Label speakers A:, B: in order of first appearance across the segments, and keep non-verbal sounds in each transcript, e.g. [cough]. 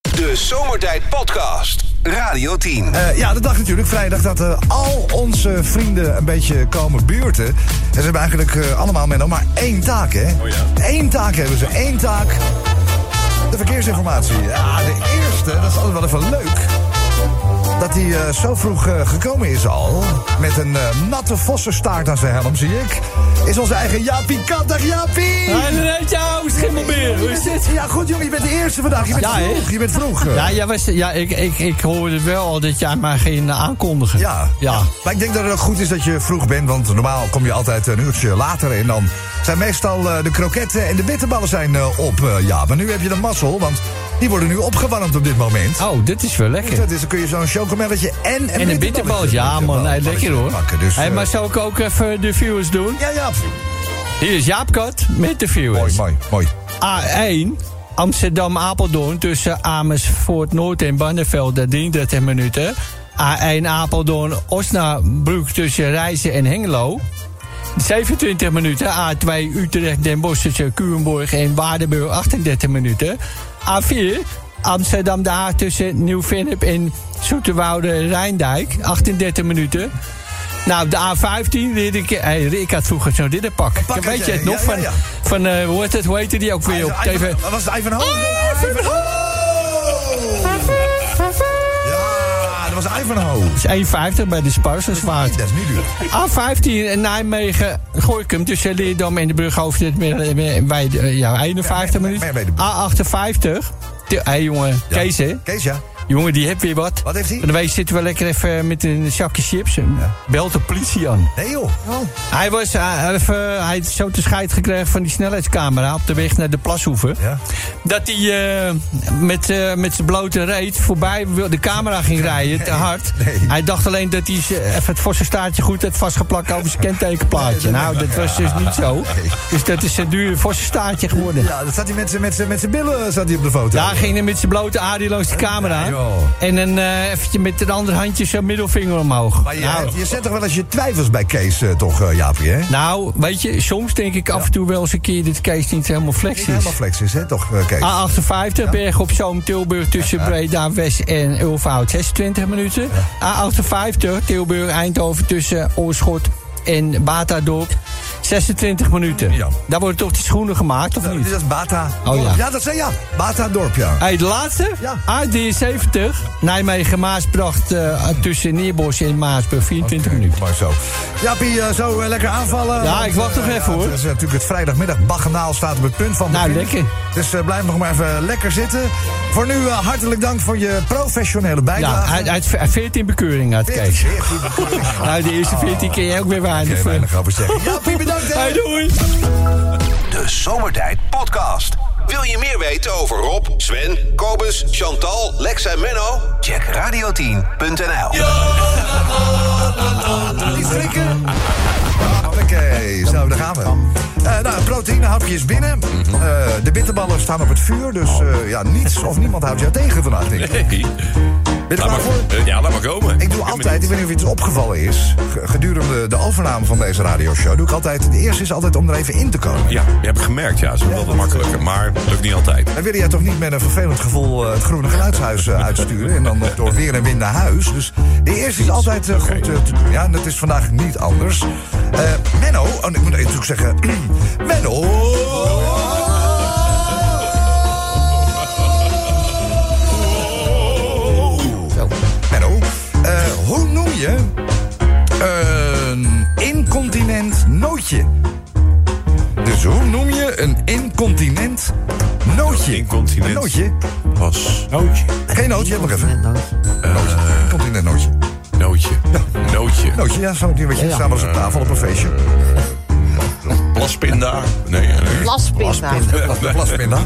A: De Zomertijd Podcast. Radio 10.
B: Eh, ja, de dag natuurlijk, vrijdag, dat eh, al onze vrienden een beetje komen buurten. En ze hebben eigenlijk eh, allemaal met maar één taak, hè?
C: Oh ja.
B: Eén taak hebben ze, één taak. De verkeersinformatie. Ja, de eerste, dat is altijd wel even leuk. Dat hij eh, zo vroeg eh, gekomen is al. Met een eh, natte vossenstaart aan zijn helm, zie ik. Is onze eigen Jaapie Kat. Dag Jaapie!
D: Hij heet jou, schimmelbeer. Hoe is dit?
B: Ja, goed jongen, je bent de eerste vandaag. Je bent
D: Ja, hè?
B: vroeg. Je bent vroeg. eh.
D: Ja, ja, was, ja ik, ik, ik hoorde wel al dat jij maar ging eh, aankondigen.
B: Ja.
D: ja.
B: Maar ik denk dat het ook goed is dat je vroeg bent, want normaal kom je altijd een uurtje later en dan zijn meestal eh, de kroketten en de bitterballen zijn eh, op. eh, ja, maar nu heb je de mazzel, want die worden nu opgewarmd op dit moment. Dus
D: Oh, dit is wel lekker.
B: Dat is, dan kun je zo'n chocomelletje en een
D: En een bitterbal. Ja, man, nee, lekker hoor.
B: Pakken, dus,
D: hey,
B: eh,
D: maar zou ik ook even de viewers doen?
B: Ja, ja.
D: Hier is Jaap Kat met de
B: Mooi,
D: viewers.
B: mooi, mooi.
D: A1, Amsterdam-Apeldoorn tussen Amersfoort-Noord en Barneveld, dat 33 minuten. A1 Apeldoorn-Osnabrück tussen Rijzen en Hengelo. 27 minuten. A2 Utrecht-Den Bosch tussen Culemborg en Waardenburg 38 minuten. A4 Amsterdam de Haag tussen Nieuw-Vennep en Zoeterwoude-Rijndijk 38 minuten. Nou, de A15, Rick, hey, Rick had vroeger zo'n ridderpak.
B: pak
D: Weet
B: had
D: je
B: jij,
D: het nog?
B: ja,
D: van,
B: ja, ja.
D: van eh, hoe heet het, hoe heette die ook weer op
B: Ivan-
D: TV?
B: Was het Ivanhoe?
D: Ivanhoe!
B: Ja, dat was Ivanhoe.
D: Dat is 1,50 bij de Sparserswaard.
B: Dat is niet duur.
D: A15 in Nijmegen, Gooikum tussen Leerdam en de Brughoofd. dit midden- eh, Bij de, eh, ja, 51
B: Ja, bij- bij- bij
D: minuten.
B: de-
D: A58. Hé hey, jongen, Kees hè?
B: Kees, ja.
D: Jongen, die heeft weer wat.
B: Wat heeft hij?
D: Van de week zitten we lekker even met een zakje chips. eh, Belt de politie aan. Oh.
B: Nee joh.
D: Hij, was, eh, even, hij heeft zo te scheid gekregen van die snelheidscamera op de weg naar de Plashoeven.
B: Ja.
D: Dat hij eh, met, eh, met zijn blote reet voorbij wil- de camera ging rijden, te hard.
B: Nee.
D: Hij dacht alleen dat hij ze- even het forse staartje goed had vastgeplakt over zijn kentekenplaatje. Nou, dat was dus niet zo. Dus dat is een duur forse staartje geworden.
B: Ja, dat zat hij met zijn- met zijn- met zijn billen eh, zat hij op de foto.
D: Daar ging hij met zijn blote aarde langs de camera.
B: Ja, joh.
D: En een, eh eventje met het andere handje zijn middelvinger omhoog.
B: Maar je,
D: Nou,
B: je zet toch wel eens je twijfels bij Kees, eh, toch, eh, Jaapie, hè?
D: nou, weet je, soms denk ik af en toe wel eens een keer dat Kees niet helemaal flex
B: Niet
D: is. Ah,
B: helemaal flex is, hè, toch, eh, Kees?
D: A58, Berg op Zoom, Tilburg tussen Breda West en Ulfhout, 26 minuten. A58, Tilburg, Eindhoven tussen Oorschot en Batadorp, 26 minuten.
B: Ja.
D: Daar worden toch die schoenen gemaakt, of
B: Nou,
D: niet?
B: Dit is Bata.
D: Oh, ja.
B: ja, dat zei ja. Bata Dorp, ja.
D: Hey, de laatste,
B: Ja.
D: A73, Nijmegen, Maasbracht eh, tussen Neerbos en Maasburg, 24 minuten.
B: Maar zo. Jaapie, eh, zo eh, lekker aanvallen.
D: Ja,
B: Want,
D: ik wacht
B: eh,
D: nog even,
B: ja,
D: hoor.
B: Het is natuurlijk het vrijdagmiddag. Baggenaal staat op het punt van
D: Nou,
B: begin.
D: lekker.
B: Dus eh, blijf nog maar even lekker zitten. Voor nu eh, hartelijk dank voor je professionele
D: Ja,
B: bijdrage.
D: uit, uit 14 bekeuringen uit Kees.
B: Weer goed bekeuring.
D: [laughs] Nou, de eerste 14 keer ook weer
B: Oké,
D: weinig. eh.
B: weinig over zeggen. Jaapie, bedankt. hè.
D: Hey, doei!
A: De Zomertijd Podcast. Wil je meer weten over Rob, Sven, Kobus, Chantal, Lex en Menno? Check radio10.nl.
B: Eh, Niet schrikken. Oké, zo, daar gaan we. Eh nou, proteïnehapjes binnen.
D: Mhm.
B: Eh, de bitterballen staan op het vuur.
D: Oh.
B: Dus eh, ja, niets of niemand houdt jou tegen vandaag. Denk ik.
C: Hey.
B: Ben je er
C: Laat
B: klaar voor?
C: maar, eh, ja, laat maar komen.
B: Ik doe altijd, ik weet niet of iets opgevallen is... ge- gedurende de overname van deze radioshow... doe ik altijd, de eerste is altijd om er even in te komen.
C: Ja, je hebt gemerkt, ja. Ze is wel wat makkelijker, maar lukt niet altijd.
B: Dan wil jij toch niet met een vervelend gevoel eh, het groene geluidshuis eh, uitsturen... en dan nog door weer en wind naar huis. Dus de eerste is altijd eh, goed eh, te doen. Ja, en dat is vandaag niet anders. Eh, Menno, oh, nee, ik moet natuurlijk zeggen... [clears throat] Menno! Menno, eh, hoe noem je een incontinent nootje? Dus hoe noem je een incontinent nootje?
C: Incontinent.
B: Een nootje?
C: Pas.
B: Geen nootje, heb ik even. Een nootje. Incontinent nootje. [laughs]
C: Nootje. Nootje.
B: Nootje, ja, zo die wat je
D: Ja, ja.
B: samen was op tafel op een feestje.
C: Plaspinda. Nee, nee, nee.
E: Plaspinda.
B: Dat was de plaspinda.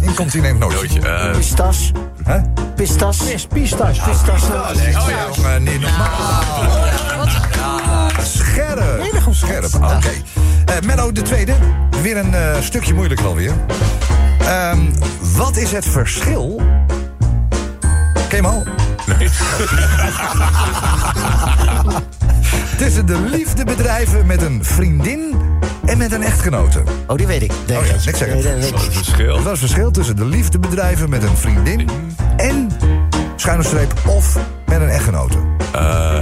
B: Incontinent nootje.
C: Nootje. eh,
F: Pistas.
B: Hè?
F: Pistas. Pistas. Pistas.
B: Oh ja, jongen, niet normaal. Ja, scherp. Scherp, oké. Eh, Menno, de tweede. Weer een eh, stukje moeilijker alweer. Ehm, wat is het verschil... Ken je hem al?
C: nee.
B: Tussen de liefdebedrijven met een vriendin en met een echtgenote.
E: Oh, die weet ik. Denk
B: Oh ja,
E: ik.
B: niks zeggen.
E: Nee, dat weet ik.
C: Het verschil.
B: Wat was het verschil tussen de liefdebedrijven met een vriendin en schuine streep of met een echtgenote?
C: Eh,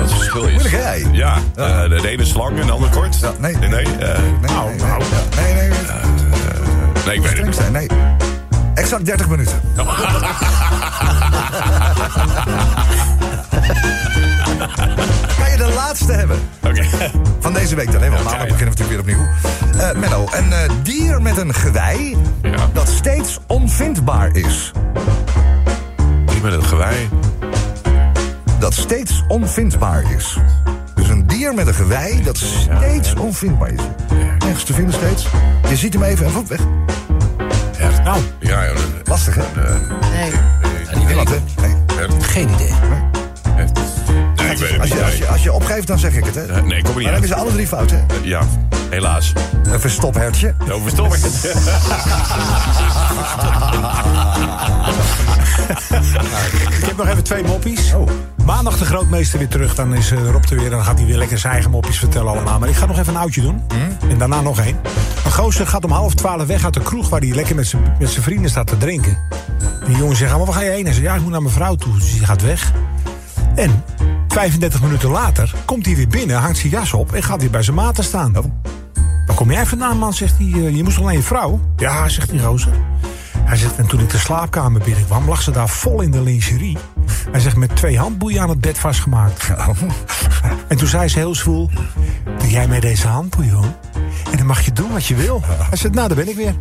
C: wat verschil is.
B: Moeilijk, hè?
C: Ja, eh, de ene is lang en de andere kort.
B: Ja, nee.
C: Nee, eh,
B: Nee,
C: nou,
B: nee,
C: nou.
B: nee, nee, nee, nee,
C: eh, Nee, ik weet het
B: streng
C: niet.
B: zijn, nee. Exact
C: [laughs]
B: 30 minuten. Kan je de laatste hebben
C: Oké.
B: [laughs] van deze week dan? hè? Want maandag beginnen we natuurlijk weer opnieuw. Eh Menno, een eh, dier met een gewei
C: Ja.
B: dat steeds onvindbaar is.
C: Niet met het gewei.
B: Dat steeds onvindbaar is. Dus een dier met een gewei dat steeds onvindbaar is. Nergens te vinden steeds. Je ziet hem even en voet weg.
C: Hert. Nou. Ja, joh. dat- Eh,
B: Lastig, hè?
C: [laughs]
E: Nee.
B: Niemand, hè? Nee.
C: Hert.
E: Geen idee.
C: Hert. Eh, Nee, ik weet het
B: Als
C: niet.
B: je, als,
C: Nee,
B: je, als je opgeeft, dan zeg ik het, hè?
C: Eh, nee ik kom er niet
B: Maar dan hebben
C: uit.
B: ze alle drie fout, hè?
C: Eh, Ja, helaas.
B: Een verstophertje.
C: Zo verstop ik
B: [laughs]
C: het.
F: Ik heb nog even twee moppies. Maandag de grootmeester weer terug. Dan is eh, Rob er weer. Dan gaat hij weer lekker zijn eigen moppies vertellen allemaal. Maar ik ga nog even een oudje doen. En daarna nog één. Een gozer gaat om half twaalf weg uit de kroeg... waar hij lekker met zijn met zijn vrienden staat te drinken. En die jongen zegt, "Ah, maar waar ga je heen? Hij zegt, ja, ik moet naar mijn vrouw toe. Dus hij gaat weg. En 35 minuten later komt hij weer binnen, hangt zijn jas op... en gaat weer bij zijn maten staan. Waar kom jij vandaan, man? Zegt hij. "Eh, Je moest toch naar je vrouw? Ja, zegt die gozer. Hij zegt, en toen ik de slaapkamer binnenkwam, lag ze daar vol in de lingerie. Hij zegt, met twee handboeien aan het bed vastgemaakt. En toen zei ze heel zwoel, doe jij mij deze handboeien om? En dan mag je doen wat je wil. Hij zegt, nou, daar ben ik weer.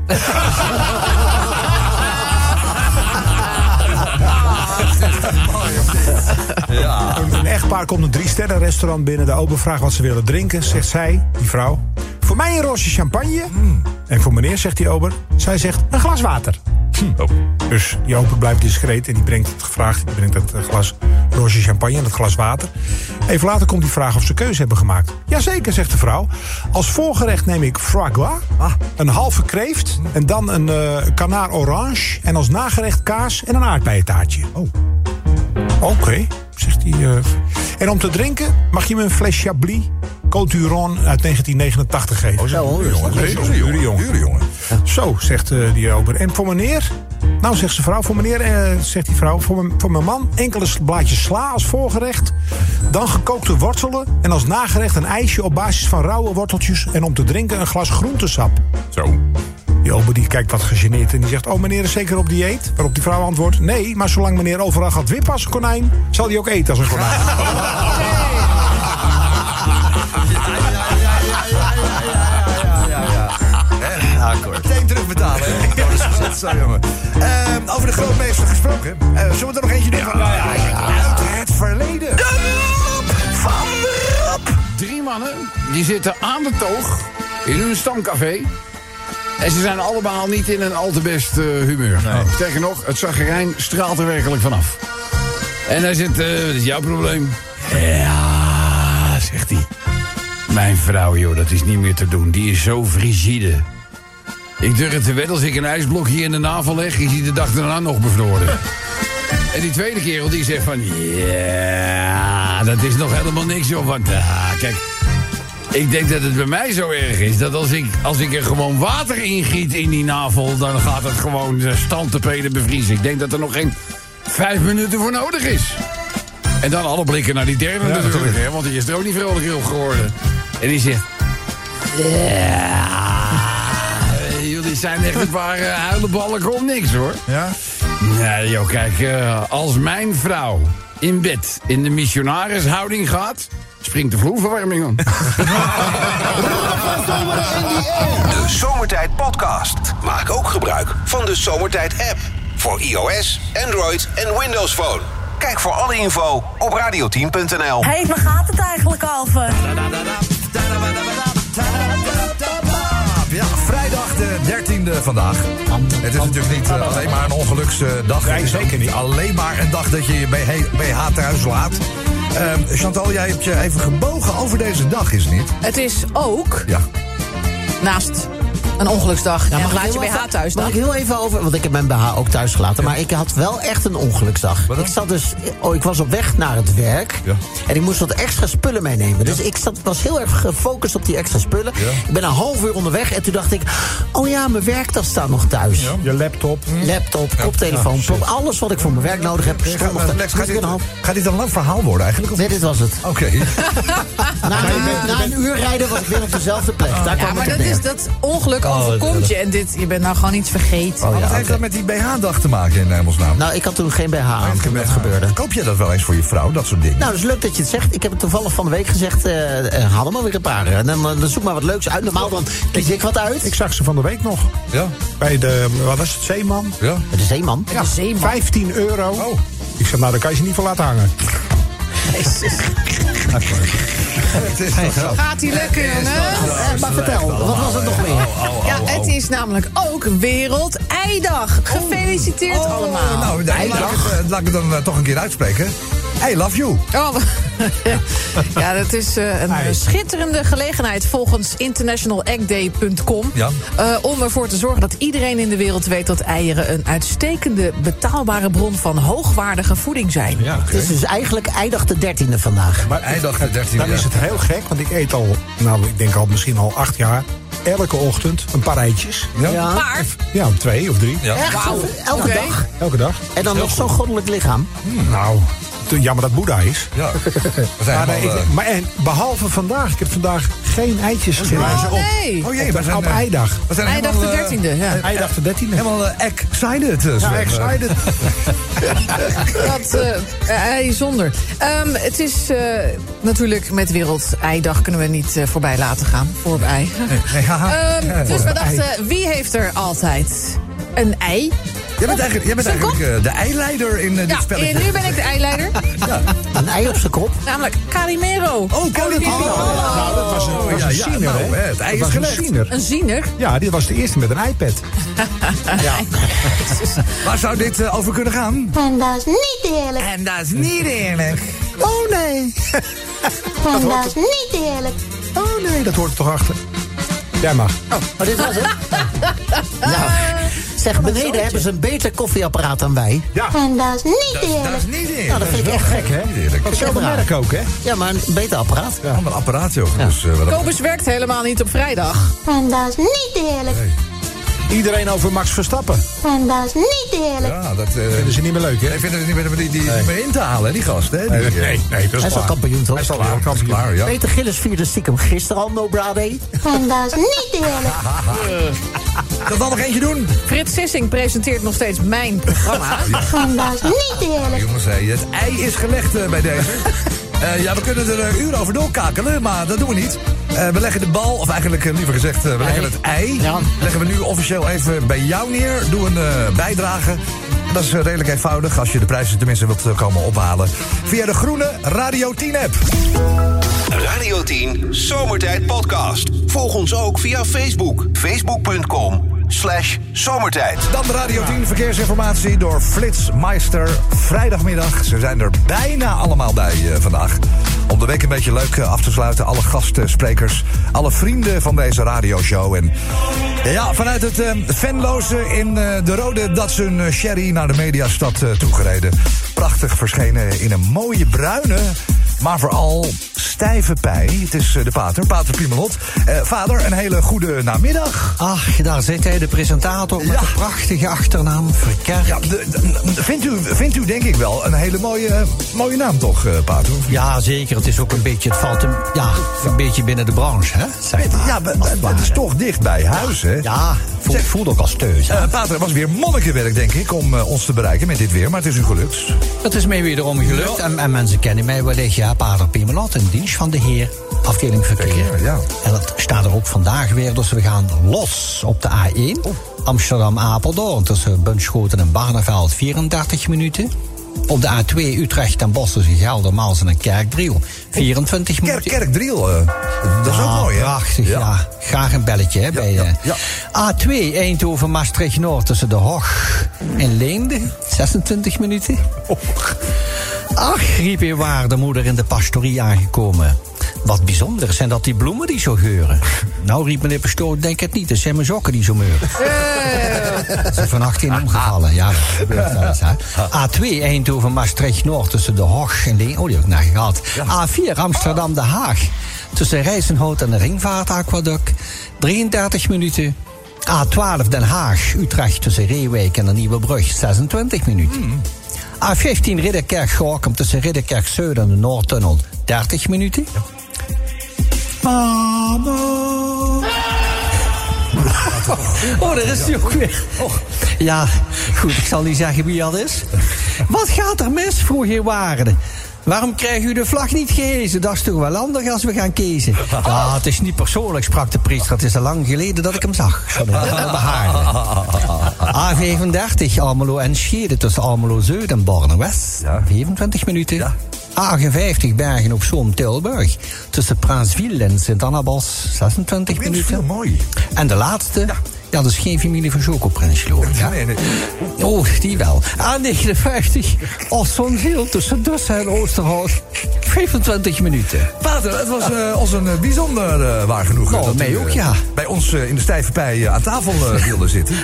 F: Een, een echtpaar komt een drie sterren restaurant binnen. De ober vraagt wat ze willen drinken. Zegt zij, die vrouw, voor mij een roosje champagne. En voor meneer, zegt die ober, zij zegt een glas water.
C: Oh.
F: Dus die ober blijft discreet en die brengt het gevraagd. Die brengt het eh, glas roosje champagne en het glas water. Even later komt die vraag of ze keuze hebben gemaakt. Jazeker, zegt de vrouw. Als voorgerecht neem ik foie gras, een halve kreeft... en dan een eh kanaar orange en als nagerecht kaas en een aardbeientaartje. Oh. Oké, zegt hij. eh. En om te drinken mag je me een fles Chablis Côte Huron uit 1989 geven. Oh,
E: Zo, hoor.
F: Dure jongen. Dure jongen. Zo, zegt eh, die ober. En voor meneer? Nou, zegt ze vrouw. Voor meneer, eh, zegt die vrouw. Voor mijn, voor mijn man enkele s- blaadjes sla als voorgerecht. Dan gekookte wortelen. En als nagerecht een ijsje op basis van rauwe worteltjes. En om te drinken een glas groentesap.
C: Zo.
F: Die ober die kijkt wat gegeneerd en die zegt... oh, meneer is zeker op dieet? Waarop die vrouw antwoordt... nee, maar zolang meneer overal gaat wippen als een konijn... zal hij ook eten als een konijn.
B: Meteen terugbetalen.
G: [laughs]
B: hè? Oh, dat is gezet, zo, jongen. Ehm, over de grootmeester gesproken. Eh, zullen we er nog eentje doen? van- Uit het verleden.
G: Drie mannen die zitten aan de toog in hun stamcafé. En ze zijn allemaal niet in een al te best eh, humeur. Sterker nog, het zagrijn straalt er werkelijk vanaf. En hij zit, eh, wat is jouw probleem? Ja, zegt hij. Mijn vrouw, joh, dat is niet meer te doen. Die is zo frigide. Ik durf het te wedden als ik een ijsblok hier in de navel leg... is hij de dag daarna nog bevroren. En die tweede kerel die zegt van... Ja, dat is nog helemaal niks, joh. Want ah, kijk, ik denk dat het bij mij zo erg is... dat als ik, als ik er gewoon water ingiet in die navel... dan gaat het gewoon eh, standtepeden bevriezen. Ik denk dat er nog geen vijf minuten voor nodig is. En dan alle blikken naar die derde natuurlijk, hè, want die is er ook niet vrolijk op geworden. En die zegt... Ja, jullie zijn echt een paar eh, huilenbalken om niks, hoor.
B: Ja?
G: Nee, joh, kijk, eh, als mijn vrouw in bed in de missionarishouding gaat, springt de vloerverwarming [laughs] aan.
A: De Zomertijd Podcast. Maak ook gebruik van de Zomertijd app. Voor iOS, Android en Windows Phone. Kijk voor alle info op radioteam.nl.
H: Hé, hey, waar gaat het eigenlijk over?
B: Ja, vrijdag de 13e vandaag. Het is natuurlijk niet eh, alleen maar een ongeluksdag.
F: Nee,
B: Het is
F: zeker
B: ook
F: niet.
B: Alleen maar een dag dat je je BH, thuis laat. Ehm, Chantal, jij hebt je even gebogen over deze dag, is het niet?
I: Het is ook,
B: Ja.
I: naast
E: Een ongeluksdag.
I: Ja, mag ik
E: laat je
I: heel
E: BH
I: even-
E: thuis
I: Mag
E: dan.
I: ik heel even over... Want ik heb mijn BH ook thuis gelaten. Maar ik had wel echt een ongeluksdag. Ik zat dus... Oh, ik was op weg naar het werk.
C: Ja.
I: En ik moest wat extra spullen meenemen. Dus ik zat, was heel erg gefocust op die extra spullen. Ik ben een half uur onderweg. En toen dacht ik... Oh ja, mijn werktas staat nog thuis.
F: Je laptop.
I: Laptop, koptelefoon, plop, alles wat ik voor mijn werk nodig heb.
B: Ga-
I: stond nog
B: eh,
I: thuis.
B: Lex,
I: Dus
B: gaat
I: ik
B: dit,
I: ben een half-
B: gaat dit een lang verhaal worden eigenlijk? Of-
I: Nee, dit was het. Oh,
B: Oké.
I: Na, na, een uur rijden was ik weer op dezelfde plek. Daar
E: Ja,
I: kwam
E: maar
I: het
E: dat
I: op neer.
E: is dat ongeluk overkomt je. En dit, je bent nou gewoon iets vergeten.
B: [laughs] Wat heeft dat met die BH-dag te maken in eh, hemelsnaam?
I: Nou, ik had toen geen BH aan toen dat
B: BH.
I: gebeurde.
B: Koop je dat wel eens voor je vrouw, dat soort dingen?
I: Nou, het is leuk dat je het zegt. Ik heb het toevallig van de week gezegd. eh eh, haal er maar weer een paar. En dan, eh, dan zoek maar wat leuks uit. Normaal dan kies ik wat uit.
F: Ik zag ze van de week nog.
B: ja,
F: Bij de, wat was het, Zeeman?
B: ja. Oh.
I: Het is Zeeman.
E: De zeeman.
F: 15 euro. Ik zeg, nou, daar kan je ze niet voor laten hangen.
E: Oh,
B: Het is toch zo.
E: Gaat ie lekker, jongen.
J: nou.
I: Eh, maar vertel, wat was het nog meer?
E: Ja,
I: oh,
J: Oh,
E: het is namelijk ook Wereld-Eidag. Gefeliciteerd allemaal.
B: Nou, nou, laat, ik het, eh, laat ik het dan eh, toch een keer uitspreken. I love you.
E: Oh, [laughs] ja, dat is eh, een
F: Ei.
E: schitterende gelegenheid volgens internationaleggday.com...
B: Ja.
E: eh, om ervoor te zorgen dat iedereen in de wereld weet... dat eieren een uitstekende betaalbare bron van hoogwaardige voeding zijn.
I: Het is dus eigenlijk eindig de 13e vandaag.
B: Maar hij dacht het 13
F: Dan is het heel gek, want ik eet al, nou, ik denk al misschien al acht jaar... elke ochtend een paar eitjes.
B: Ja.
E: Maar
F: Ja, twee of drie.
B: Ja.
I: Echt?
E: Wauw.
I: Elke
E: Oké.
I: dag?
F: Elke dag.
I: En dan nog zo'n goddelijk lichaam?
F: Nou, te- jammer dat Boeddha is. [laughs]
B: Ja. We zijn
F: Maar, nee,
B: helemaal,
F: ik-
B: eh,
F: maar en, behalve vandaag, ik heb vandaag geen eitjes gegeten.
E: Oh, nee.
B: oh jee,
F: op-
B: we zijn,
F: op
B: eh,
F: eidag.
B: we zijn
E: Eidag
B: helemaal,
E: de
B: eh,
E: 13e, ja.
F: Eidag de 13e.
B: Helemaal eh, excited. eh, Sven.
F: Ja, excited.
B: [laughs]
E: Dat eh, ei zonder. Ehm, het is eh, natuurlijk met Wereld-Eidag kunnen we niet eh, voorbij laten gaan. Voor ei.
B: Nee, haha.
E: Ehm,
B: Ja.
E: dus we dachten, wie heeft er altijd een ei?
B: Jij bent eigenlijk, jij bent
E: Zijn
B: eigenlijk eh, de eileider in eh,
E: Ja,
B: dit spelletje.
E: en nu ben ik de eileider.
I: Een ei op zijn kop?
E: namelijk Calimero.
B: Oh, Calimero.
F: Nou, dat was een, dat was
B: ja,
F: een
B: ja,
F: ziener,
B: nou,
F: hè?
B: hè, het ei
F: Dat
B: is
F: was een
B: gelegd.
F: ziener.
E: Een ziener.
F: Ja, dit was de eerste met een
E: [laughs]
F: iPad.
B: Waar zou dit eh, over kunnen gaan?
K: En dat is niet eerlijk.
B: En dat is niet eerlijk.
F: Oh nee.
K: En dat is niet eerlijk.
F: Oh nee, dat hoort er toch achter. Jij mag.
I: Oh, dit was het? Nou, zeg, beneden hebben ze een beter koffieapparaat dan wij.
K: En dat is niet
B: Dat is
K: eerlijk.
B: niet eerlijk.
I: Nou, dat vind ik echt gek, hè?
B: Niet eerlijk.
F: Dat is wel een
I: raar.
F: merk ook, hè?
I: Ja, maar een beter apparaat.
B: Ander apparaat, joh. Dus, eh, wat dat-
E: Kobus werkt helemaal niet op vrijdag.
K: En dat is niet eerlijk.
F: Iedereen over Max Verstappen.
K: En dat is niet eerlijk.
B: ja, dat... eh,
F: Vinden ze niet meer leuk, hè?
B: ik vind het niet meer, die, die, die meer in te halen, hè, die gast. Hè? Die, eh,
F: dat is
I: Hij is al
F: waar.
I: kampioen, toch?
B: Hij is al wel kampioen. Klaar, ja.
I: Peter Gillis vierde stiekem gisteren al No Bra Day.
K: En dat is niet eerlijk.
B: [laughs] Eh, Dat dan nog eentje doen.
E: Frits Sissing presenteert nog steeds mijn
B: [laughs]
E: programma.
K: En dat is niet
B: Nou,
K: eerlijk.
B: jongens, hé, het ei is gelegd eh, bij
F: [laughs]
B: deze. Eh, ja, we kunnen er een uur over doorkakelen, maar dat doen we niet. Eh, we leggen de bal, of eigenlijk eh, liever gezegd, eh, we leggen het ei.
I: Ja.
B: Leggen we nu officieel even bij jou neer. Doe een eh, bijdrage. En Dat is eh, redelijk eenvoudig als je de prijzen tenminste wilt eh, komen ophalen. Via de groene Radio 10 app.
A: Radio 10 Zomertijd Podcast. Volg ons ook via Facebook. Facebook.com slash zomertijd.
B: Dan de Radio 10 verkeersinformatie door Flitsmeister. Vrijdagmiddag, ze zijn er bijna allemaal bij eh, vandaag. Om de week een beetje leuk eh, af te sluiten. Alle gasten, sprekers, alle vrienden van deze radioshow. En ja, vanuit het eh, Venloze in eh, de Rode Datsun eh, Sherry naar de Mediastad eh, toegereden. Prachtig verschenen in een mooie bruine maar vooral stijve pij. Het is eh, de pater, pater Piemelot. Eh, vader, een hele goede namiddag.
D: Ach, daar zit hij, de presentator met
B: Ja.
D: de prachtige achternaam Verkerk.
B: Ja,
D: Ja.
B: de- de- de- vindt, u, vindt u denk ik wel een hele mooie, eh, mooie naam toch, eh, pater?
D: zeker. Het is ook een beetje, het valt een, ja, een beetje binnen de branche, hè? Zeg maar.
B: Ja, maar- maar
D: Als
B: het is
D: ware.
B: toch dicht bij huis, hè?
D: Ja, voel,
B: Zeg-
D: voelde ook als thuis. hè.
B: Eh, pater, het was weer monnikenwerk, denk ik, om eh, ons te bereiken met dit weer. Maar het is u gelukt.
D: Het is mij wederom gelukt en, en mensen kennen mij wellicht, ja, Pater Piemelot, in dienst van de Heer, afdeling
B: Verkeer,
D: verkeer.
B: ja.
D: En dat staat er ook vandaag weer, dus we gaan los op de A1.
B: Oh.
D: Amsterdam-Apeldoorn tussen Bunschoten en Barneveld 34 minuten. Op de A2 Utrecht en Bosch tussen Gelder, Maals en Kerkdriel 24
B: Kerk,
D: minuten.
B: Kerkdriel, eh, dat is ook
D: Ah,
B: mooi, hè?
D: Prachtig, ja. Graag een belletje, hè? bij,
B: ja,
D: eh,
B: ja.
D: A2 Eindhoven-Maastricht-Noord tussen De Hoog en Leende. 26 minuten. Ach, riep in waar de moeder in de pastorie aangekomen. Wat bijzonder, zijn dat die bloemen die zo geuren? nou, riep meneer Pastoor, denk het niet. Het zijn mijn sokken die zo meuren.
J: Eh.
D: Ze zijn vannacht in omgevallen. Ja, dat gebeurt wel eens. Hè. A2 Eindhoven Maastricht Noord tussen de Hoog en de. Oh, die heb ik naar gehad. A4 Amsterdam Den Haag tussen Rijzenhout en de Ringvaart Aquaduct. 33 minuten. A12 Den Haag Utrecht tussen Reewijk en de Nieuwe Brug. 26 minuten. A15 Ridderkerk Gorkum tussen Ridderkerk Zuid en de Noordtunnel. 30 minuten. Oh, daar is hij ook weer. Ja, goed, ik zal niet zeggen wie dat is. Wat gaat er mis, vroeg heer Waarde. Waarom krijgt u de vlag niet gehezen? Dat is toch wel handig als we gaan kiezen. Ja, het is niet persoonlijk, sprak de priester. Het is al lang geleden dat ik hem [laughs] zag. Zo de behaarde. A35 Almelo en Schede tussen Almelo Zuid en Borne West. 25 minuten. A58 Bergen op Zoom Tilburg. Tussen Praanswil en Sint-Annabos. 26
B: Dit is
D: minuten.
B: veel mooi.
D: En de laatste. Ja. dat is geen familie van Chocoprins, geloof ik. hè? Oh, die wel. A59, Ossonville tussen Dussen en Oosterhout. 25 minuten.
B: Pater, het was eh, ons een eh, bijzonder eh, waar genoegen.
D: Nou,
B: dat
D: mij
B: u,
D: ook,
B: eh,
D: ja.
B: Bij ons eh, in de stijve pij eh, aan tafel eh, wilde
D: [laughs]
B: zitten.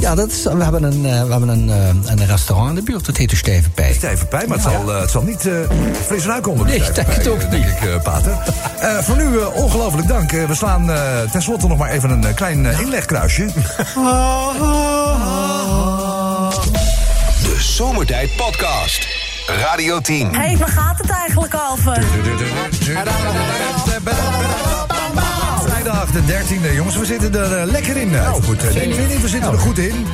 D: Ja, dat is, we hebben, een, eh, we hebben een, eh, een restaurant in de buurt, dat heet de Stijve Pij.
B: Stijve pij, maar het, zal, eh, het zal niet eh fris ruiken onder de
D: Nee,
B: stijve
D: ik denk
B: pij,
D: het ook
B: eh, denk ik, eh, Pater. Eh, voor nu eh, ongelooflijk dank. Eh, we slaan eh, tenslotte nog maar even een eh, klein eh, inlegkruisje.
A: De Zomertijd Podcast. Radio 10.
H: Hé, hey, waar gaat het eigenlijk over?
B: Vrijdag de 13e, jongens. We zitten er eh, lekker in. eh,
D: Nou,
B: goed, eh, denk ik. We zitten er goed in.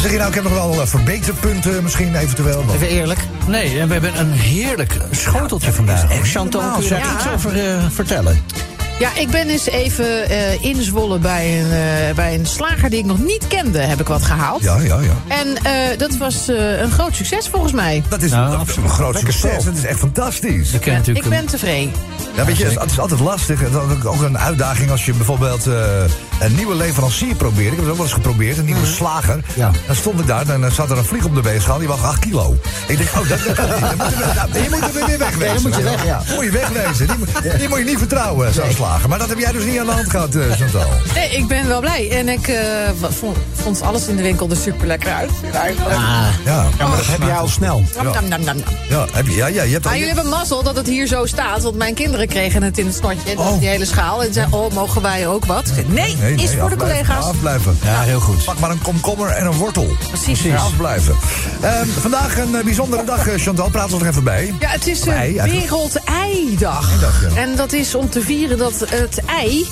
B: Zeg je nou, ik heb nog wel eh, verbeterpunten misschien eventueel. Wat?
I: Even eerlijk.
D: Nee, en we hebben een heerlijk schoteltje vandaag. Chantal,
B: Oh,
D: kun je daar
E: zeg.
D: iets
E: Ja.
D: over eh, vertellen?
E: Ja, ik ben eens even eh, in Zwolle bij een, eh, bij een slager die ik nog niet kende, heb ik wat gehaald.
B: Ja, ja, ja.
E: En eh, dat was eh, een groot succes volgens mij.
B: Dat is
D: Nou,
B: dat is een
D: absoluut.
B: groot
D: Lekker
B: succes.
D: spel.
B: Dat is echt fantastisch.
D: ken
E: Ik ben tevreden.
B: Ja, weet je, het is altijd lastig. Het is ook- ook een uitdaging als je bijvoorbeeld eh, een nieuwe leverancier probeert. Ik heb het ook wel eens geprobeerd, een nieuwe slager.
D: Ja.
B: Dan stond ik daar en dan zat er een vlieg op de weegschaal. Die woog 8 kilo. Ik denk, oh, dat, dat kan niet. Dan moeten we- dat- Die moeten
J: [laughs]
B: we weer wegwezen.
I: Ja, die moet je weg, ja.
B: Moet je wegwezen. Die, moet- die moet je niet vertrouwen, zo'n slager. Maar dat heb jij dus niet aan de hand gehad, eh, Chantal.
E: Nee, ik ben wel blij. En ik eh, wa- vond, vond alles in de winkel er super lekker uit. Ah.
B: Ja,
F: dat heb jij al snel.
E: Nam, nam, nam, nam, nam.
B: ja, heb je, ja, ja je hebt
E: Maar
B: al-
E: jullie hebben mazzel dat het hier zo staat. Want mijn kinderen kregen het in het snortje. En dat
B: Oh.
E: die hele schaal. En zeiden, oh, mogen wij ook wat? Ik zei,
B: Nee,
E: Nee,
B: nee,
E: is voor de
B: afblijven,
E: collega's.
B: Afblijven.
D: Ja, heel goed.
B: Pak maar een komkommer en een wortel.
E: Precies.
B: Afblijven. Ehm, vandaag een eh, bijzondere dag, eh, Chantal. Praat ons er even bij.
E: Ja, het is eh,
B: Of ei,
E: een
B: eigenlijk.
E: Wereld-Ei-dag.
B: Eidag, ja.
E: En dat is om te vieren dat het ei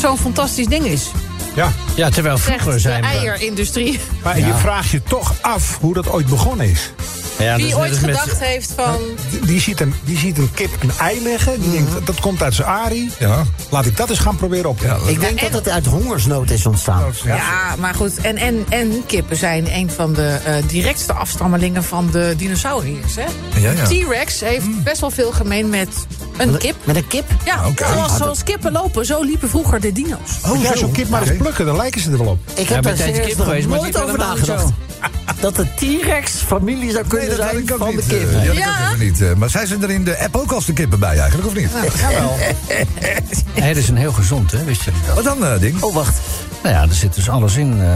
E: zo'n fantastisch ding is.
F: Ja,
D: Ja, terwijl
E: Zegt
D: vroeger
E: de
D: zijn we...
E: eierindustrie.
F: maar je vraagt je toch af hoe dat ooit begonnen is.
D: Ja,
E: Wie
D: dus net
E: ooit
D: als met-
E: gedacht heeft van...
F: Die- Die ziet, een, die ziet een kip een ei leggen. Die denkt, dat komt uit zijn arie.
B: Ja.
F: Laat ik dat eens gaan proberen op.
B: Ja,
I: Ik denk dat het uit hongersnood is ontstaan.
E: Ja, maar goed. En, en, en kippen zijn een van de eh, directste afstammelingen van de dinosauriërs. Hè?
B: Ja, ja. Hmm.
E: T-Rex heeft best wel veel gemeen met een kip.
I: Met een kip?
E: Ja,
B: Ah, Oké.
E: zoals, zoals kippen lopen, zo liepen vroeger de dino's.
F: Oh, ja, zo'n kip maar eens
B: Oké.
F: plukken, dan lijken ze er wel op.
I: Ik
D: Ja,
I: heb
D: bent
I: daar
D: tijdens
I: serieus
D: kip geweest, maar
I: nog
D: het
I: nooit
D: liep
I: over
D: helemaal niet
I: nagedacht. [laughs] Dat de T-Rex familie zou kunnen
B: dat had
I: zijn
B: ik ook
I: van
B: niet.
I: de kip.
B: eh, die had ik
E: Ja.
B: ook even niet. eh, Maar zij zijn er in de app ook als de kippen bij eigenlijk, of niet?
I: [laughs]
D: Hey, dat is een heel gezond, hè, wist je dat?
B: Wat dan, eh, ding?
I: Oh, wacht.
D: Nou ja, er zit dus alles in. eh,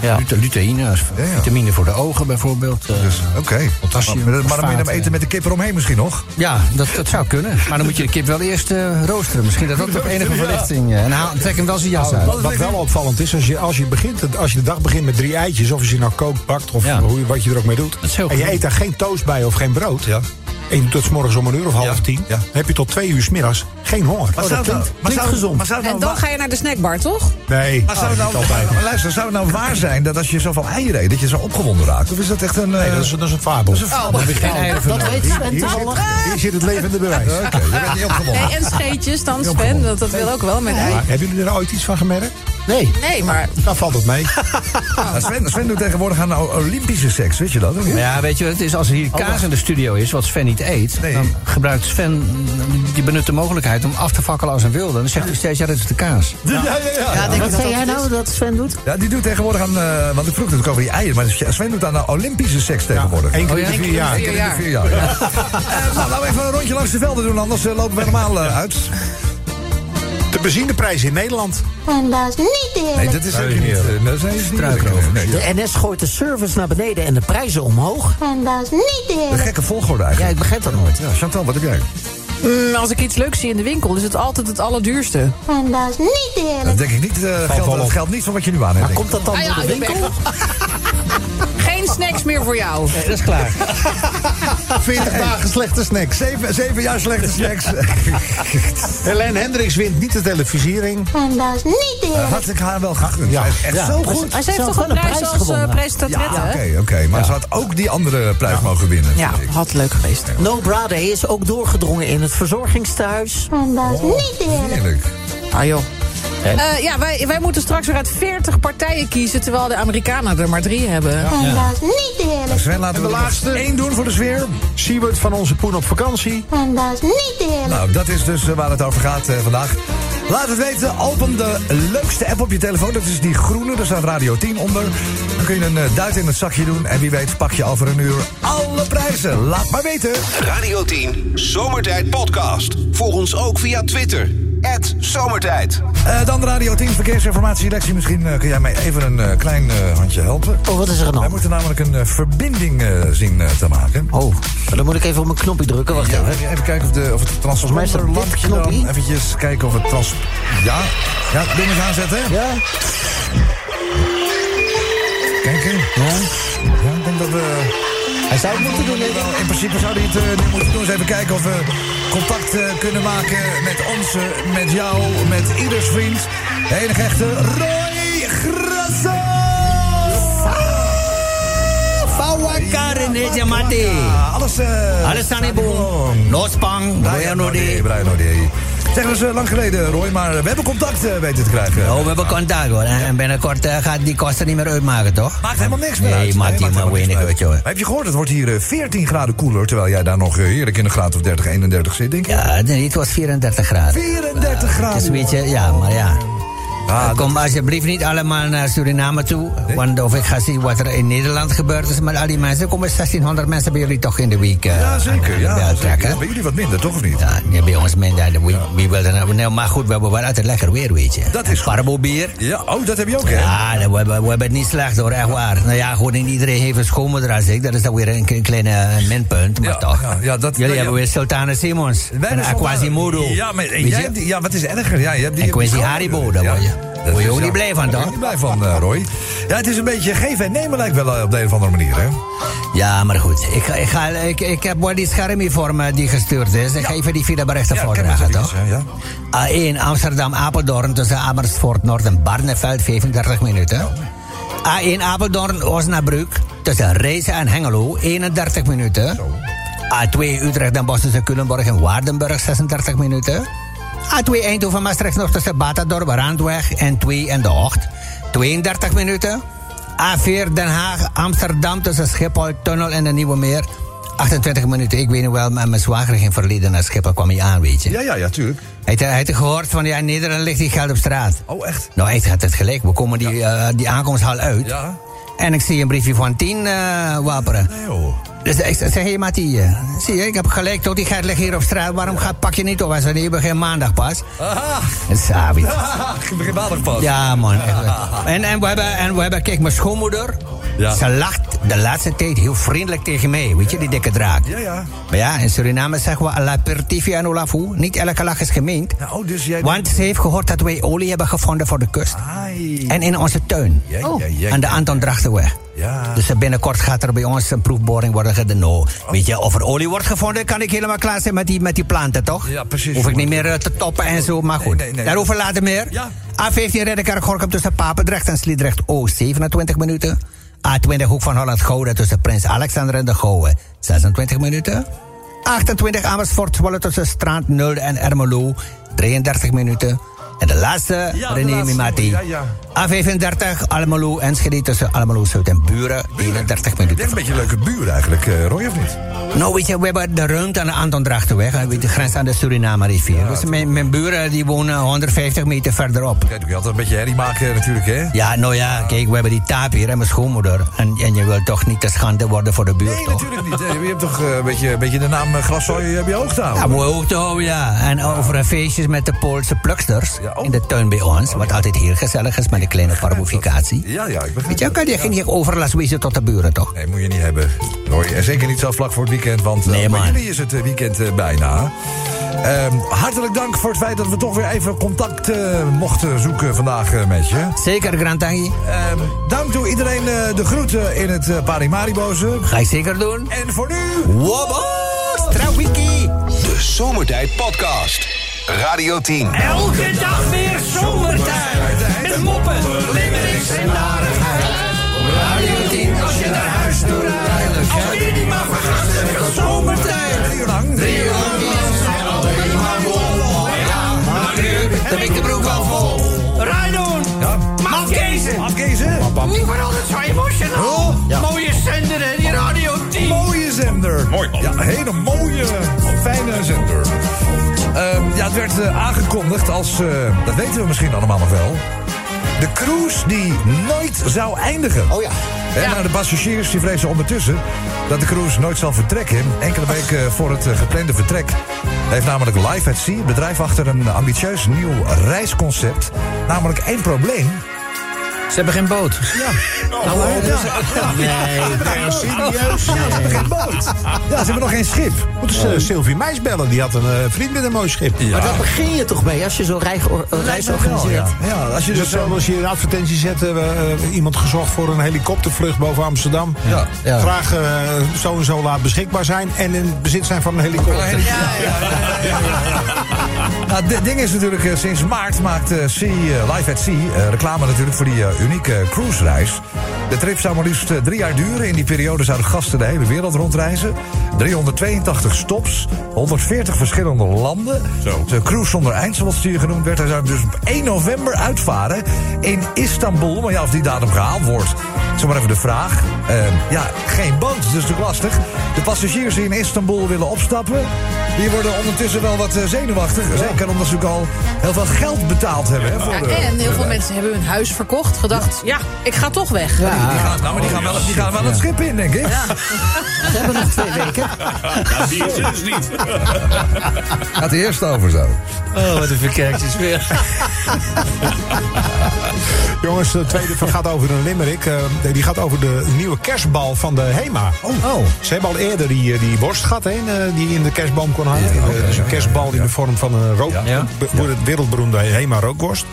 I: Ja.
D: lute- Luteïne, als-
B: Ja, ja.
D: vitamine voor de ogen bijvoorbeeld. eh,
B: Oké.
D: Potassium,
B: Maar, maar dan moet je hem
D: fosfaat,
B: eten
I: eh.
B: met de kip eromheen misschien nog.
D: Ja, dat, dat zou kunnen. Maar dan moet je de kip wel eerst eh, roosteren. Misschien dat dat op enige verlichting... eh, en haal, trek hem wel zijn
B: Oh,
D: jas uit.
F: Wat wel opvallend is, als je, als, je begint, als je de dag begint met drie eitjes... of je ze nou kookt, bakt of
D: Ja.
F: hoe, je- wat je er ook mee doet...
D: Dat is heel
F: en je
D: goed.
F: eet daar geen toast bij of geen brood... en je doet dat 's morgens om een uur of half
B: Ja.
F: tien...
B: Ja.
F: dan heb je tot twee uur 's middags geen honger. Oh,
B: Maar zou het nou- maar zou-
I: gezond.
B: Maar zou het
E: En
B: nou
E: dan
B: wa-
E: ga je naar de snackbar, toch?
F: Nee, Ah,
B: maar zou het
F: niet
B: nou,
F: altijd.
B: maar luister, zou het nou waar zijn dat als je zoveel eieren eet, dat je zo opgewonden raakt? Of is dat echt een... eh,
F: Nee, dat is, dat is een fabel. Oh,
E: Nou,
D: Geen eieren
I: Dat weet Sven
F: Hier zit,
I: toevallig.
F: hier zit het levende bewijs.
B: Oké, je bent niet opgewonden.
E: Nee, en scheetjes dan, Sven. Dat, dat wil ook wel met ei.
F: Maar hebben jullie er ooit iets van gemerkt?
I: Nee.
E: Nee, maar...
F: Dan valt het [laughs] mee.
B: Nou, Sven, Sven doet tegenwoordig aan o- Olympische seks, weet je dat? Of niet?
D: Maar ja, weet je wat het is? Als er hier
B: Oh.
D: kaas in de studio is, wat Sven niet eet... dan gebruikt Sven, mm, die benut de mogelijkheid om af te fakkelen als een wilde. En dan zegt hij steeds, ja, dat is de kaas.
B: Ja, ja, ja.
E: Ja, denk
I: Wat
E: je dat
I: zei jij
E: dat
I: nou
E: is?
I: dat Sven doet?
B: Ja, die doet tegenwoordig aan, eh, want ik vroeg natuurlijk over die eieren, maar Sven doet aan de Olympische seks tegenwoordig. Oh,
F: Eén keer in
D: ja?
F: de vier jaar.
E: Vier jaar.
B: Vier jaar, ja. Eh, nou, laten we even een rondje langs de velden doen, anders eh, lopen we helemaal eh, uit.
F: De benzineprijs in Nederland.
K: En dat is niet
B: Nee,
K: eerlijk.
B: dat is zeker niet. eh, Dat is niet eerlijk, nee.
I: De NS gooit de service naar beneden en de prijzen omhoog.
K: En dat is niet
B: Een
K: eerlijk.
B: gekke volgorde
I: Ja,
B: eigenlijk.
I: ik begrijp dat nooit.
B: Ja, Chantal, wat heb jij?
E: Mm, als ik iets leuks zie in de winkel, is het altijd het allerduurste.
K: En dat is niet
B: Dat
K: eerlijk.
B: denk ik niet. eh
F: wel
B: geldt,
F: op.
B: dat geldt niet van wat je nu aan hebt. denk ik.
I: Komt dat dan
E: Ah
I: door
E: ja,
I: de
E: je
I: winkel? [laughs]
E: Geen snacks meer voor jou.
D: Dat is
B: [laughs]
D: klaar.
B: 40 dagen slechte snacks. 7, jaar slechte snacks.
F: Helene Hendricks wint niet de televisiering.
K: En dat is niet eerlijk.
B: Had ik haar Nou, wel gegund. Ja, echt
I: Ja.
B: zo
I: Dus
B: goed.
E: Maar ze heeft
I: Ze had
E: toch een
I: gewoon een
E: prijs
I: prijs
E: als eh,
I: gewonnen.
E: presentatrice,
B: Ja,
E: hè?
B: oké, oké. Maar ze had ook die andere prijs mogen winnen.
E: Ja,
B: vind ik.
E: had leuk geweest.
I: No Bra Day is ook doorgedrongen in het verzorgingstehuis.
K: En dat is niet eerlijk.
B: Heerlijk.
E: Ah joh. Eh, ja, wij, wij moeten straks weer uit 40 partijen kiezen... terwijl de Amerikanen er maar drie hebben.
K: En dat is niet eerlijk.
B: Sven, Dus laten we
F: de
B: er nog
F: laatste?
B: één doen voor de sfeer.
F: Siebert van onze Poen op vakantie.
K: En dat is niet eerlijk.
B: Nou, dat is dus eh, waar het over gaat eh, vandaag. Laat het weten. Open de leukste app op je telefoon. Dat is die groene. Daar staat Radio 10 onder. Dan kun je een eh, duit in het zakje doen. En wie weet pak je over een uur alle prijzen. Laat maar weten.
A: Radio 10 Zomertijd Podcast. Volg ons ook via Twitter. Zomertijd.
B: Eh, dan Radio 10 Verkeersinformatie Lexi. Misschien eh, kun jij mij even een eh, klein eh, handje helpen.
I: Oh, wat is er
B: Wij
I: nou?
B: moeten namelijk een eh, verbinding eh, zien eh, te maken.
I: Oh, dan moet ik even op mijn knopje drukken. Wacht
B: Ja,
I: even.
B: even kijken of, de, of het
I: mij is dat dit
B: transponderlampje dan...
I: knopje.
B: Eventjes kijken of het trans... Ja, ja ding is aanzetten. hè?
I: Ja?
B: Kijken.
I: Ja?
B: Ja, ik denk dat eh, we...
I: Hij zou het moeten doen, denk ik.
B: Wel, in principe zou hij het eh, nu moeten doen. Eens even kijken of we contact eh, kunnen maken met ons, eh, met jou, met ieders vriend. De enige echte Roy Grasso! Ja, alles... eh,
D: Noordspang,
B: Brian O'Day, Brian O'Day. Zeg eens lang geleden, Roy, maar we hebben contact eh, weten te krijgen.
D: Oh, we hebben contact hoor. En binnenkort eh, gaat die kosten niet meer uitmaken, toch?
B: Maakt helemaal niks meer
D: Nee,
B: uit.
D: maakt helemaal
B: niks
D: weinig
B: meer
D: uit, joh.
B: Maar heb je gehoord, het wordt hier eh, 14 graden koeler... terwijl jij daar nog eh, heerlijk in de graad of 30, 31 zit, denk ik.
D: Ja, nee, het was 34 graden.
B: 34
D: Eh, Het is
B: graden.
D: een beetje, ja, maar ja. Eh,
B: Ah,
D: Kom alsjeblieft niet allemaal naar Suriname toe. Want of ik ga zien wat er in Nederland gebeurd is met al die mensen. komen 1600 mensen bij jullie toch in de week. eh,
B: Ja, zeker.
D: aan de bel
B: Ja,
D: trekken.
B: zeker. Bij jullie wat minder, toch of niet?
D: Ja, nee, bij ons minder. Wie, wie wil er nou? Nee, maar goed, we hebben wel altijd lekker weer, weet je.
B: Dat is goed.
D: Parbobier.
B: Ja, oh, dat heb je ook, hè?
D: Ja, we hebben, we hebben het niet slecht hoor, echt waar. Nou ja, goed, niet iedereen heeft een schoonmoeder als ik. Dat is dan weer een, k- kleine eh, minpunt, maar
B: Ja,
D: toch.
B: ja, ja, dat-
D: Jullie
B: ja,
D: hebben
B: ja.
D: weer Sultana Simons.
B: Wij
D: en
B: hebben zo'n-
D: Aquasimodo.
B: Ja, maar en
D: Weet
B: jij
D: je?
B: hebt die- ja, wat is erger? Ja, je hebt die,
D: En Quincy
B: die-
D: Haribo, daar word je-
B: dat
D: word je
B: is-
D: ook niet blij van,
B: Daar
D: toch?
B: word je niet blij van, eh, Roy. Ja, het is een beetje geven en nemen lijkt wel eh, op de een of andere manier, hè?
D: Ja, maar goed. Ik, ga- ik, ga, ik, ik heb wel die schermie voor me die gestuurd is. Ik ga even die vierde berichten
B: Ja,
D: voordragen,
B: kijk maar,
D: toch?
B: zoiets, ja,
D: A1 Amsterdam-Apeldoorn tussen Amersfoort Noord en Barneveld, 35 minuten.
B: Oh.
D: A1 Apeldoorn-Osnabrück tussen Rezen en Hengelo, 31 minuten. A2 Utrecht en Bos tussen Culemborg en Waardenburg, 36 minuten. A2 Eindhoven-Maastricht nog tussen Batadorp, Randweg en 2 en de Ocht, 32 minuten. A4 Den Haag-Amsterdam tussen Schiphol, Tunnel en de Nieuwe Meer, 28 minuten. Ik weet nog wel, maar mijn zwager ging verleden naar Schiphol, kwam hij aan, weet je.
B: Ja, ja, ja, tuurlijk.
D: Hij heeft- hij heeft gehoord van, ja, in Nederland ligt die geld op straat.
B: Oh, echt?
D: Nou, echt had het gelijk. We komen die, eh, die aankomsthal uit.
B: Ja.
D: En ik zie een briefje van 10 eh waperen.
B: Nee, joh.
D: Dus ik zeg, hé hey, Mattie, eh, zie je, ik heb gelijk, toch? Die geld ligt hier op straat. Waarom ga, pak je niet op als we die begin maandag pas?
B: Aha,
D: Het is
B: [laughs]
D: avond.
B: ik begin maandag pas.
D: Ja, man. echt waar. En, en, we hebben, en we hebben, kijk, mijn schoonmoeder.
B: Ja.
D: Ze lacht de laatste tijd heel vriendelijk tegen mij. Weet je, die dikke draak.
B: Ja, ja.
D: Maar ja, in Suriname zeggen we la pertivi en olafu. Niet elke lach is gemeend.
B: Nou, oh, dus jij...
D: Want ze heeft gehoord dat wij olie hebben gevonden voor de kust.
B: Ai.
D: En in onze tuin.
B: Ja, ja, ja,
D: Aan de
B: ja.
D: Anton Drachtenweg.
B: Ja. Oh.
D: Dus eh, binnenkort gaat er bij ons een proefboring worden gedaan. Nou, weet je, of er olie wordt gevonden, kan ik helemaal klaar zijn met die, met die planten, toch?
B: Ja, precies.
D: Hoef ik niet meer eh, te toppen en zo, maar
B: Nee,
D: goed.
B: nee, nee.
D: Daarover later meer.
B: Ja.
D: A15 Reddekerk Gorkum tussen Papendrecht en Sliedrecht Oost, 27 minuten. A20 Hoek van Holland Gouda tussen Prins Alexander en de Gouwe, 26 minuten. 28 Amersfoort Zwolle tussen Straat 0 en Ermelo, 33 minuten.
L: En de laatste,
J: Ja, de
L: René
J: laatste.
L: Mimati.
J: Ja, ja.
L: A35, Almelo, Enschede tussen Almelo Zuid en Buren. 31 minuten. Dit is een beetje leuke buren eigenlijk,
B: eh,
L: Roy, of niet? Nou, weet je, we hebben de ruimte aan de Anton Drachtenweg. en De grens aan de Suriname rivier. dus mijn, mijn buren die wonen 150 meter verderop.
B: Kijk, je altijd een beetje herrie maken natuurlijk, hè?
L: Ja, nou ja, kijk, we hebben die taap hier en mijn schoonmoeder. En, en je wilt toch niet te schande worden voor de buurt,
B: Nee,
L: toch?
B: natuurlijk niet. hè. Je hebt toch eh, een beetje, een beetje de naam eh, Glaszooi eh, bij je hoog te
L: Ja,
B: houden.
L: mooi ook te houden, ja. En over een feestjes met de Poolse pluksters
B: oh.
L: in de tuin bij ons. Wat altijd heel gezellig is met een kleine parmoficatie.
B: Ja, ja, ik
L: Weet je, kan je geen overlast wezen tot de buren, toch?
B: Nee, moet je niet hebben. Roy. En zeker niet zo vlak voor het weekend, want eh, bij jullie is het eh, weekend eh, bijna. Ehm, hartelijk dank voor het feit dat we toch weer even contact eh, mochten zoeken vandaag eh, met je. Ehm,
L: Zeker, Grantangi.
B: dank toe iedereen eh, de groeten in het eh, Parimariboze.
L: Ga je zeker doen.
B: En voor nu...
L: Wobbo! Strawiki!
A: De Zomertijd Podcast. Radio 10.
J: Elke dag weer zomertijd. Met moppen, limmerings en narigheid. Radio 10 als je naar huis toe rijdt. Alweer die maar vergasten veel zomertijd. Drie uur lang. Drie uur lang was hij alleen maar vol. Maar ja, maar nu heb ik de broek al vol. Rijdoen. Ja. Mafkezen.
B: Mafkezen. Oh,
J: Niet meer altijd zo emotional.
B: Ja.
J: Mooie zender hè, die Radio 10.
B: Mooie zender. Mooi man. Ja, een hele mooie, fijne zender. Ehm, ja, het werd eh, aangekondigd als, eh, dat weten we misschien allemaal nog wel... de cruise die nooit zou eindigen. Oh ja. En nou, de passagiers die vrezen ondertussen dat de cruise nooit zal vertrekken. Enkele weken voor het eh, geplande vertrek heeft namelijk Life at Sea... het bedrijf achter een ambitieus nieuw reisconcept... namelijk één probleem.
L: Ze hebben geen boot.
B: Ja.
J: Nou,
B: Ja.
J: hoor, dus-
B: Oh, [laughs] Ja, serieus? Ja, ze hebben geen boot. Ja, ze hebben nog geen schip. Oh.
F: Moeten ze Sylvie Meijs bellen? Die had een eh, vriend met een mooi schip.
I: Maar daar begin je toch mee als je zo'n reis, reis organiseert.
B: Oh, Ja,
F: als je dus
B: eh,
F: zelfs als je een advertentie zet, eh, we, eh, iemand gezocht voor een helikoptervlucht boven Amsterdam.
B: Ja. Ja.
F: Graag eh, zo en zo laat beschikbaar zijn en in het bezit zijn van een helikopter.
B: Nou, dit ding is natuurlijk eh, sinds maart maakt eh, sea, eh, Live at Sea eh, reclame natuurlijk voor die eh, unieke cruisereis. De trip zou maar liefst eh, drie jaar duren. In die periode zouden gasten de hele wereld rondreizen. 382 stops, 140 verschillende landen. De cruise zonder eind, zoals die genoemd werd. Hij zou dus op 1 november uitvaren in Istanbul. Maar ja, of die datum gehaald wordt, is maar even de vraag. Eh, ja, geen boot, dus dat is natuurlijk lastig. De passagiers die in Istanbul willen opstappen... Die worden ondertussen wel wat eh, zenuwachtig. Zeker omdat ze ook al heel veel geld betaald hebben. Hè, voor de-
E: en heel veel mensen hebben hun huis verkocht. Gedacht, ja, ik ga toch weg.
B: Die, die gaan, nou, maar die gaan wel, die gaan wel het schip in, denk ik.
E: Ze hebben nog twee
B: [laughs]
E: weken.
J: Dat zie je dus niet.
B: Gaat de eerste over zo.
D: Oh, wat een verkerkjes weer.
F: Jongens, de tweede van gaat over een limerick. Eh, die gaat over de nieuwe kerstbal van de HEMA. Oh. Ze hebben al eerder die, eh, die worst gehad, hè, eh, die in de kerstboom kon hangen. Eh, dus een kerstbal in de vorm van een rook. be- Wordt het wereldberoemde HEMA rookworst.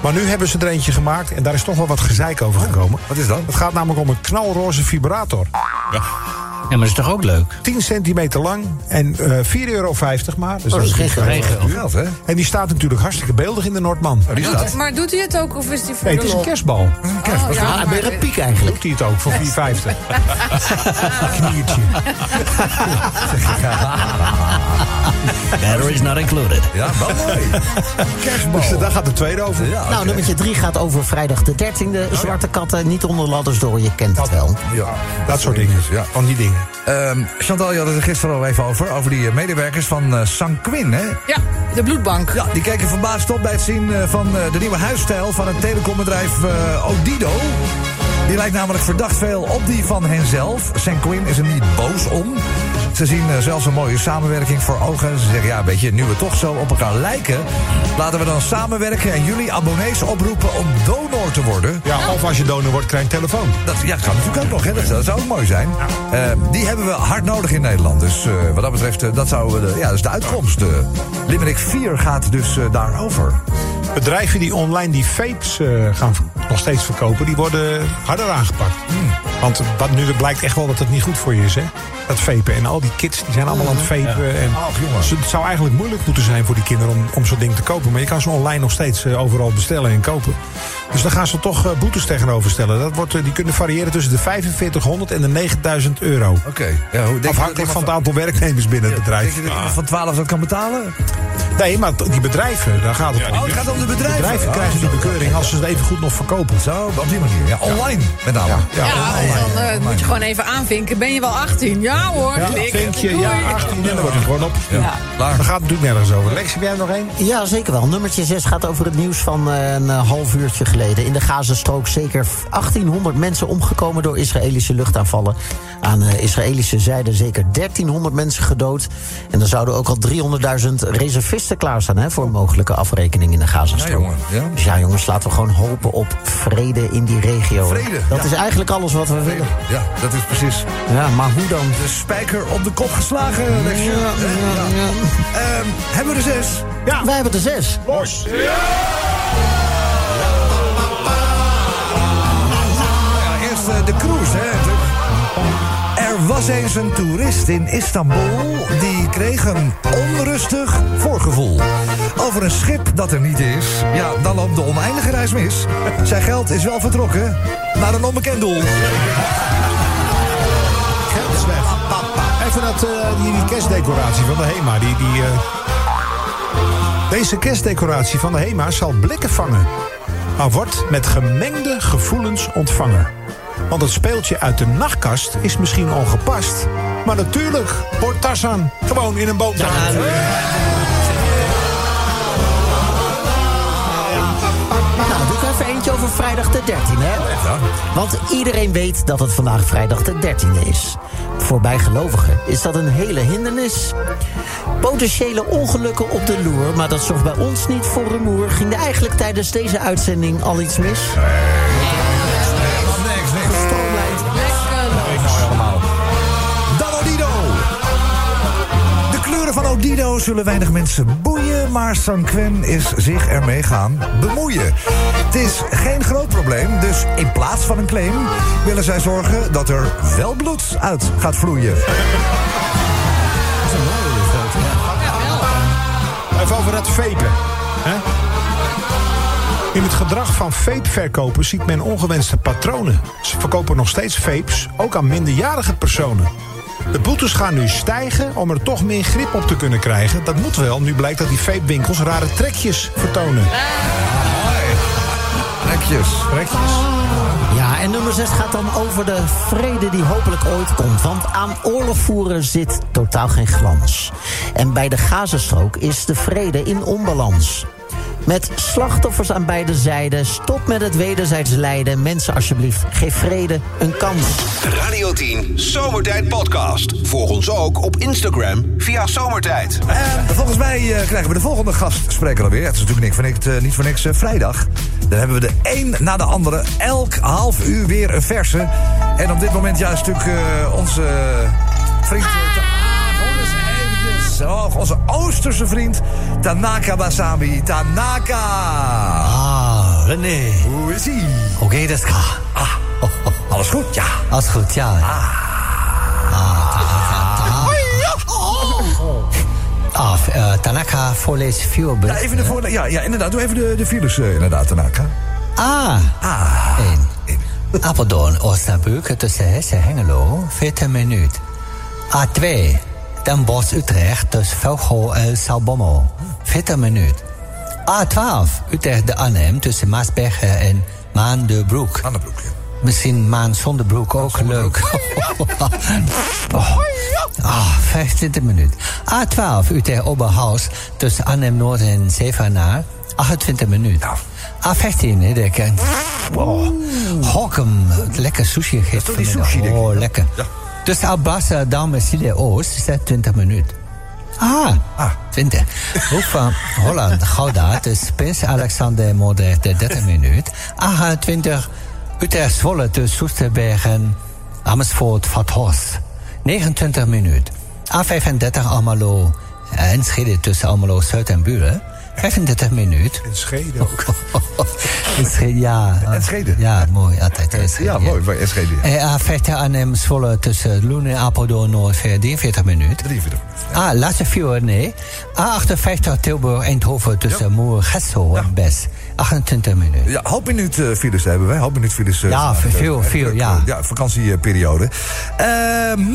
F: Maar nu hebben ze er eentje gemaakt en daar is toch wel wat gezeik over gekomen.
B: Wat is dat?
F: Het gaat namelijk om een knalroze vibrator.
D: Ja, maar dat is toch ook leuk?
F: 10 centimeter lang en eh 4,50 euro maar. Dus
D: Oh, dat is geen
F: natuurlijk wel
D: geld.
F: duur.
B: Geld, hè?
F: En die staat natuurlijk hartstikke beeldig in de Noordman.
E: Oh, Maar doet hij het ook of is die voor
F: Nee, het
E: de
F: is een
E: lol?
F: kerstbal.
E: Een kerstbal. Oh, ja, Ja, maar- bij de piek
F: eigenlijk. Doet hij het ook voor 4,50? Kniertje.
L: Battery is not included.
B: Ja, wel mooi. Kerstbal.
F: Dus daar gaat de tweede over.
B: Ja,
I: Nou, nummertje 3 gaat over vrijdag de 13e. Zwarte katten, niet onder ladders door, je kent het wel.
B: Ja,
F: Oh, dat soort dingen.
B: Ja.
F: Van die dingen.
B: Ehm, Chantal, je had het er gisteren al even over. Over die eh, medewerkers van eh Sanquin, hè?
E: Ja, de bloedbank.
B: Ja, die keken verbaasd op bij het zien eh, van eh, de nieuwe huisstijl van het telecombedrijf eh, Odido. Die lijkt namelijk verdacht veel op die van henzelf. Sam Quinn is er niet boos om. Ze zien eh, zelfs een mooie samenwerking voor ogen. Ze zeggen, ja, weet je, nu we toch zo op elkaar lijken... laten we dan samenwerken en jullie abonnees oproepen om donor te worden.
F: Ja, of als je donor wordt, krijg je een telefoon.
B: Dat ja, kan natuurlijk ook nog, hè. Dat, dat zou ook mooi zijn. Eh, die hebben we hard nodig in Nederland. Dus eh, wat dat betreft, eh, dat, zou, eh, ja, dat is de uitkomst. eh. Limerick 4 gaat dus eh, daarover.
F: Bedrijven die online die vapes eh, gaan v- nog steeds verkopen, die worden harder aangepakt. Hmm. Want wat nu er blijkt echt wel dat het niet goed voor je is, hè? Dat vapen. En al die kids die zijn allemaal aan het vapen. En
B: jongen.
F: Dus het zou eigenlijk moeilijk moeten zijn voor die kinderen om, om zo'n ding te kopen. Maar je kan ze online nog steeds eh, overal bestellen en kopen. Dus daar gaan ze toch eh, boetes tegenover stellen. Dat wordt, eh, die kunnen variëren tussen de 4500 en de 9000 euro. Oké. Afhankelijk van het aantal werknemers binnen het bedrijf.
B: Denk je dat iemand van 12 dat kan betalen?
F: Nee, maar t- die bedrijven, daar gaat het om.
B: Oh, het gaat om de bedrijven.
F: bedrijven krijgen die bekeuring als ze het even goed nog verkopen. Zo, op die manier. Ja,
B: online met name.
E: Ja, dan eh, moet je gewoon even aanvinken. Ben je wel 18? Ja hoor.
F: Ja,
E: klik.
F: vind je,
E: Doei.
F: ja, 18 en dan wordt het gewoon op. Ja. Daar gaat het natuurlijk nergens over. Lex, heb jij er nog één?
I: Ja, zeker wel. Nummertje 6 gaat over het nieuws van eh, een eh, half uurtje geleden. In de Gazastrook zeker 1800 mensen omgekomen door Israëlische luchtaanvallen. Aan eh, Israëlische zijde zeker 1300 mensen gedood. En er zouden ook al 300.000 reservisten klaarstaan hè, voor een mogelijke afrekening in de Gazastrook.
B: Ja, jongen, ja.
I: Dus ja, jongens, laten we gewoon hopen op vrede in die regio.
B: Vrede,
I: Dat
B: ja.
I: is eigenlijk alles wat we willen.
B: Ja, dat is precies.
I: Ja, maar hoe dan?
B: De spijker op de kop geslagen, Lexje. Eh, Ja, Ehm, hebben we er zes?
I: Ja. Wij hebben er zes.
F: Los.
B: Ja, eerst eh, de cruise, hè. Er was eens een toerist in Istanbul die kreeg een onrustig voorgevoel. Over een schip dat er niet is, ja, dan loopt de oneindige reis mis. Zijn geld is wel vertrokken naar een onbekend doel.
F: Geld is weg. Even dat, eh, die, die kerstdecoratie van de HEMA. Die, die, eh, Deze kerstdecoratie van de HEMA zal blikken vangen. Maar wordt met gemengde gevoelens ontvangen. Want het speeltje uit de nachtkast is misschien ongepast. Maar natuurlijk wordt Tarzan gewoon in een boot gehaald.
I: Nou, doe ik even eentje over vrijdag de 13e. Hè? Want iedereen weet dat het vandaag vrijdag de 13e is. Voor bijgelovigen is dat een hele hindernis. Potentiële ongelukken op de loer, maar dat zorgt bij ons niet voor rumoer. Ging er eigenlijk tijdens deze uitzending al iets mis?
B: Dan Odido! De kleuren van Odido zullen weinig mensen boeien, maar San Quen is zich ermee gaan bemoeien. Het is geen groot probleem, dus in plaats van een claim willen zij zorgen dat er wel bloed uit gaat vloeien.
F: Even over dat vapen. Hè? In het gedrag van vapeverkopers ziet men ongewenste patronen. Ze verkopen nog steeds vapes, ook aan minderjarige personen. De boetes gaan nu stijgen om er toch meer grip op te kunnen krijgen. Dat moet wel, nu blijkt dat die vapewinkels rare trekjes vertonen.
B: Trekjes.
F: Trekjes.
I: Ja, en nummer 6 gaat dan over de vrede die hopelijk ooit komt. Want aan oorlog voeren zit totaal geen glans. En bij de Gazastrook is de vrede in onbalans. Met slachtoffers aan beide zijden. Stop met het wederzijds lijden. Mensen, alsjeblieft, geef vrede een kans.
A: Radio 10 Zomertijd Podcast. Volg ons ook op Instagram via Zomertijd.
B: En volgens mij eh, krijgen we de volgende gastspreker alweer. Het is natuurlijk niks voor niks, eh, niet voor niks eh, vrijdag. Dan hebben we de een na de andere elk half uur weer een verse. En op dit moment juist natuurlijk eh, onze vriend... eh, Ta- gewoon eens eventjes. Oh, onze Oosterse vriend Tanaka Wasabi. Tanaka!
D: Ah, René.
B: Hoe is ie?
D: Oké, dat is Ah,
B: alles goed, ja.
D: Alles goed, ja.
B: Ah.
J: Oh.
D: Ah, v- eh, Tanaka voorlees
B: Ja,
D: vuurbericht.
B: even
L: Eh.
B: de voorle- ja, ja, inderdaad. Doe even de, de files, eh, inderdaad, Tanaka.
D: Ah.
B: Ah.
D: Apeldoorn, Osnabrück tussen Hessen Hengelo, 14 minuut. A2, Den Bosch Utrecht tussen Velgo en Zalbommel, 14 minuut. A12, Utrecht de Arnhem tussen Maasbergen en Maanderbroek.
B: Maanderbroek,
D: Misschien Maan zonder broek ook leuk.
B: [laughs]
D: oh. Ah, 25 minuut. A12 Utrecht Oberhaus tussen Arnhem Noord en Zevenaar. 28 minuten.
B: Nou.
D: A15, hè, de kent. Oh. Hokkum, lekker sushi gegeten.
B: toch die
D: vanmiddag.
B: sushi, denk ik,
D: Oh,
B: ja.
D: lekker.
B: Ja.
D: Tussen Abassa, Dam en Sile Oost is dat 20 minuten. Ah, 20. Hoek van Holland, Gouda, tussen Prins Alexander Moordrecht, 30 minuten. A20, Utrecht Zwolle, tussen Soesterberg en Amersfoort, Vathorst, 29 minuten. A35, Almelo, eh, Enschede, tussen Almelo, Zuid en Buren, 35 minuten.
F: Enschede ook.
D: [laughs] Enschede, ja.
B: Enschede.
D: Ja, mooi, altijd Enschede.
B: Ja, mooi, bij SGD.
D: Eh, A50 Arnhem Zwolle tussen Loenen en Apeldoorn Noord 43 minuten.
B: 43
D: Ah, laatste vier, nee. A58 Tilburg Eindhoven tussen Moer, Gesso en Bes. 28 minuten.
B: Ja, half minuut eh, files hebben wij. Half minuut files. eh,
D: Ja,
B: staan.
D: veel,
B: Echt
D: veel,
B: druk,
D: ja.
B: eh, Ja, vakantieperiode. Eh,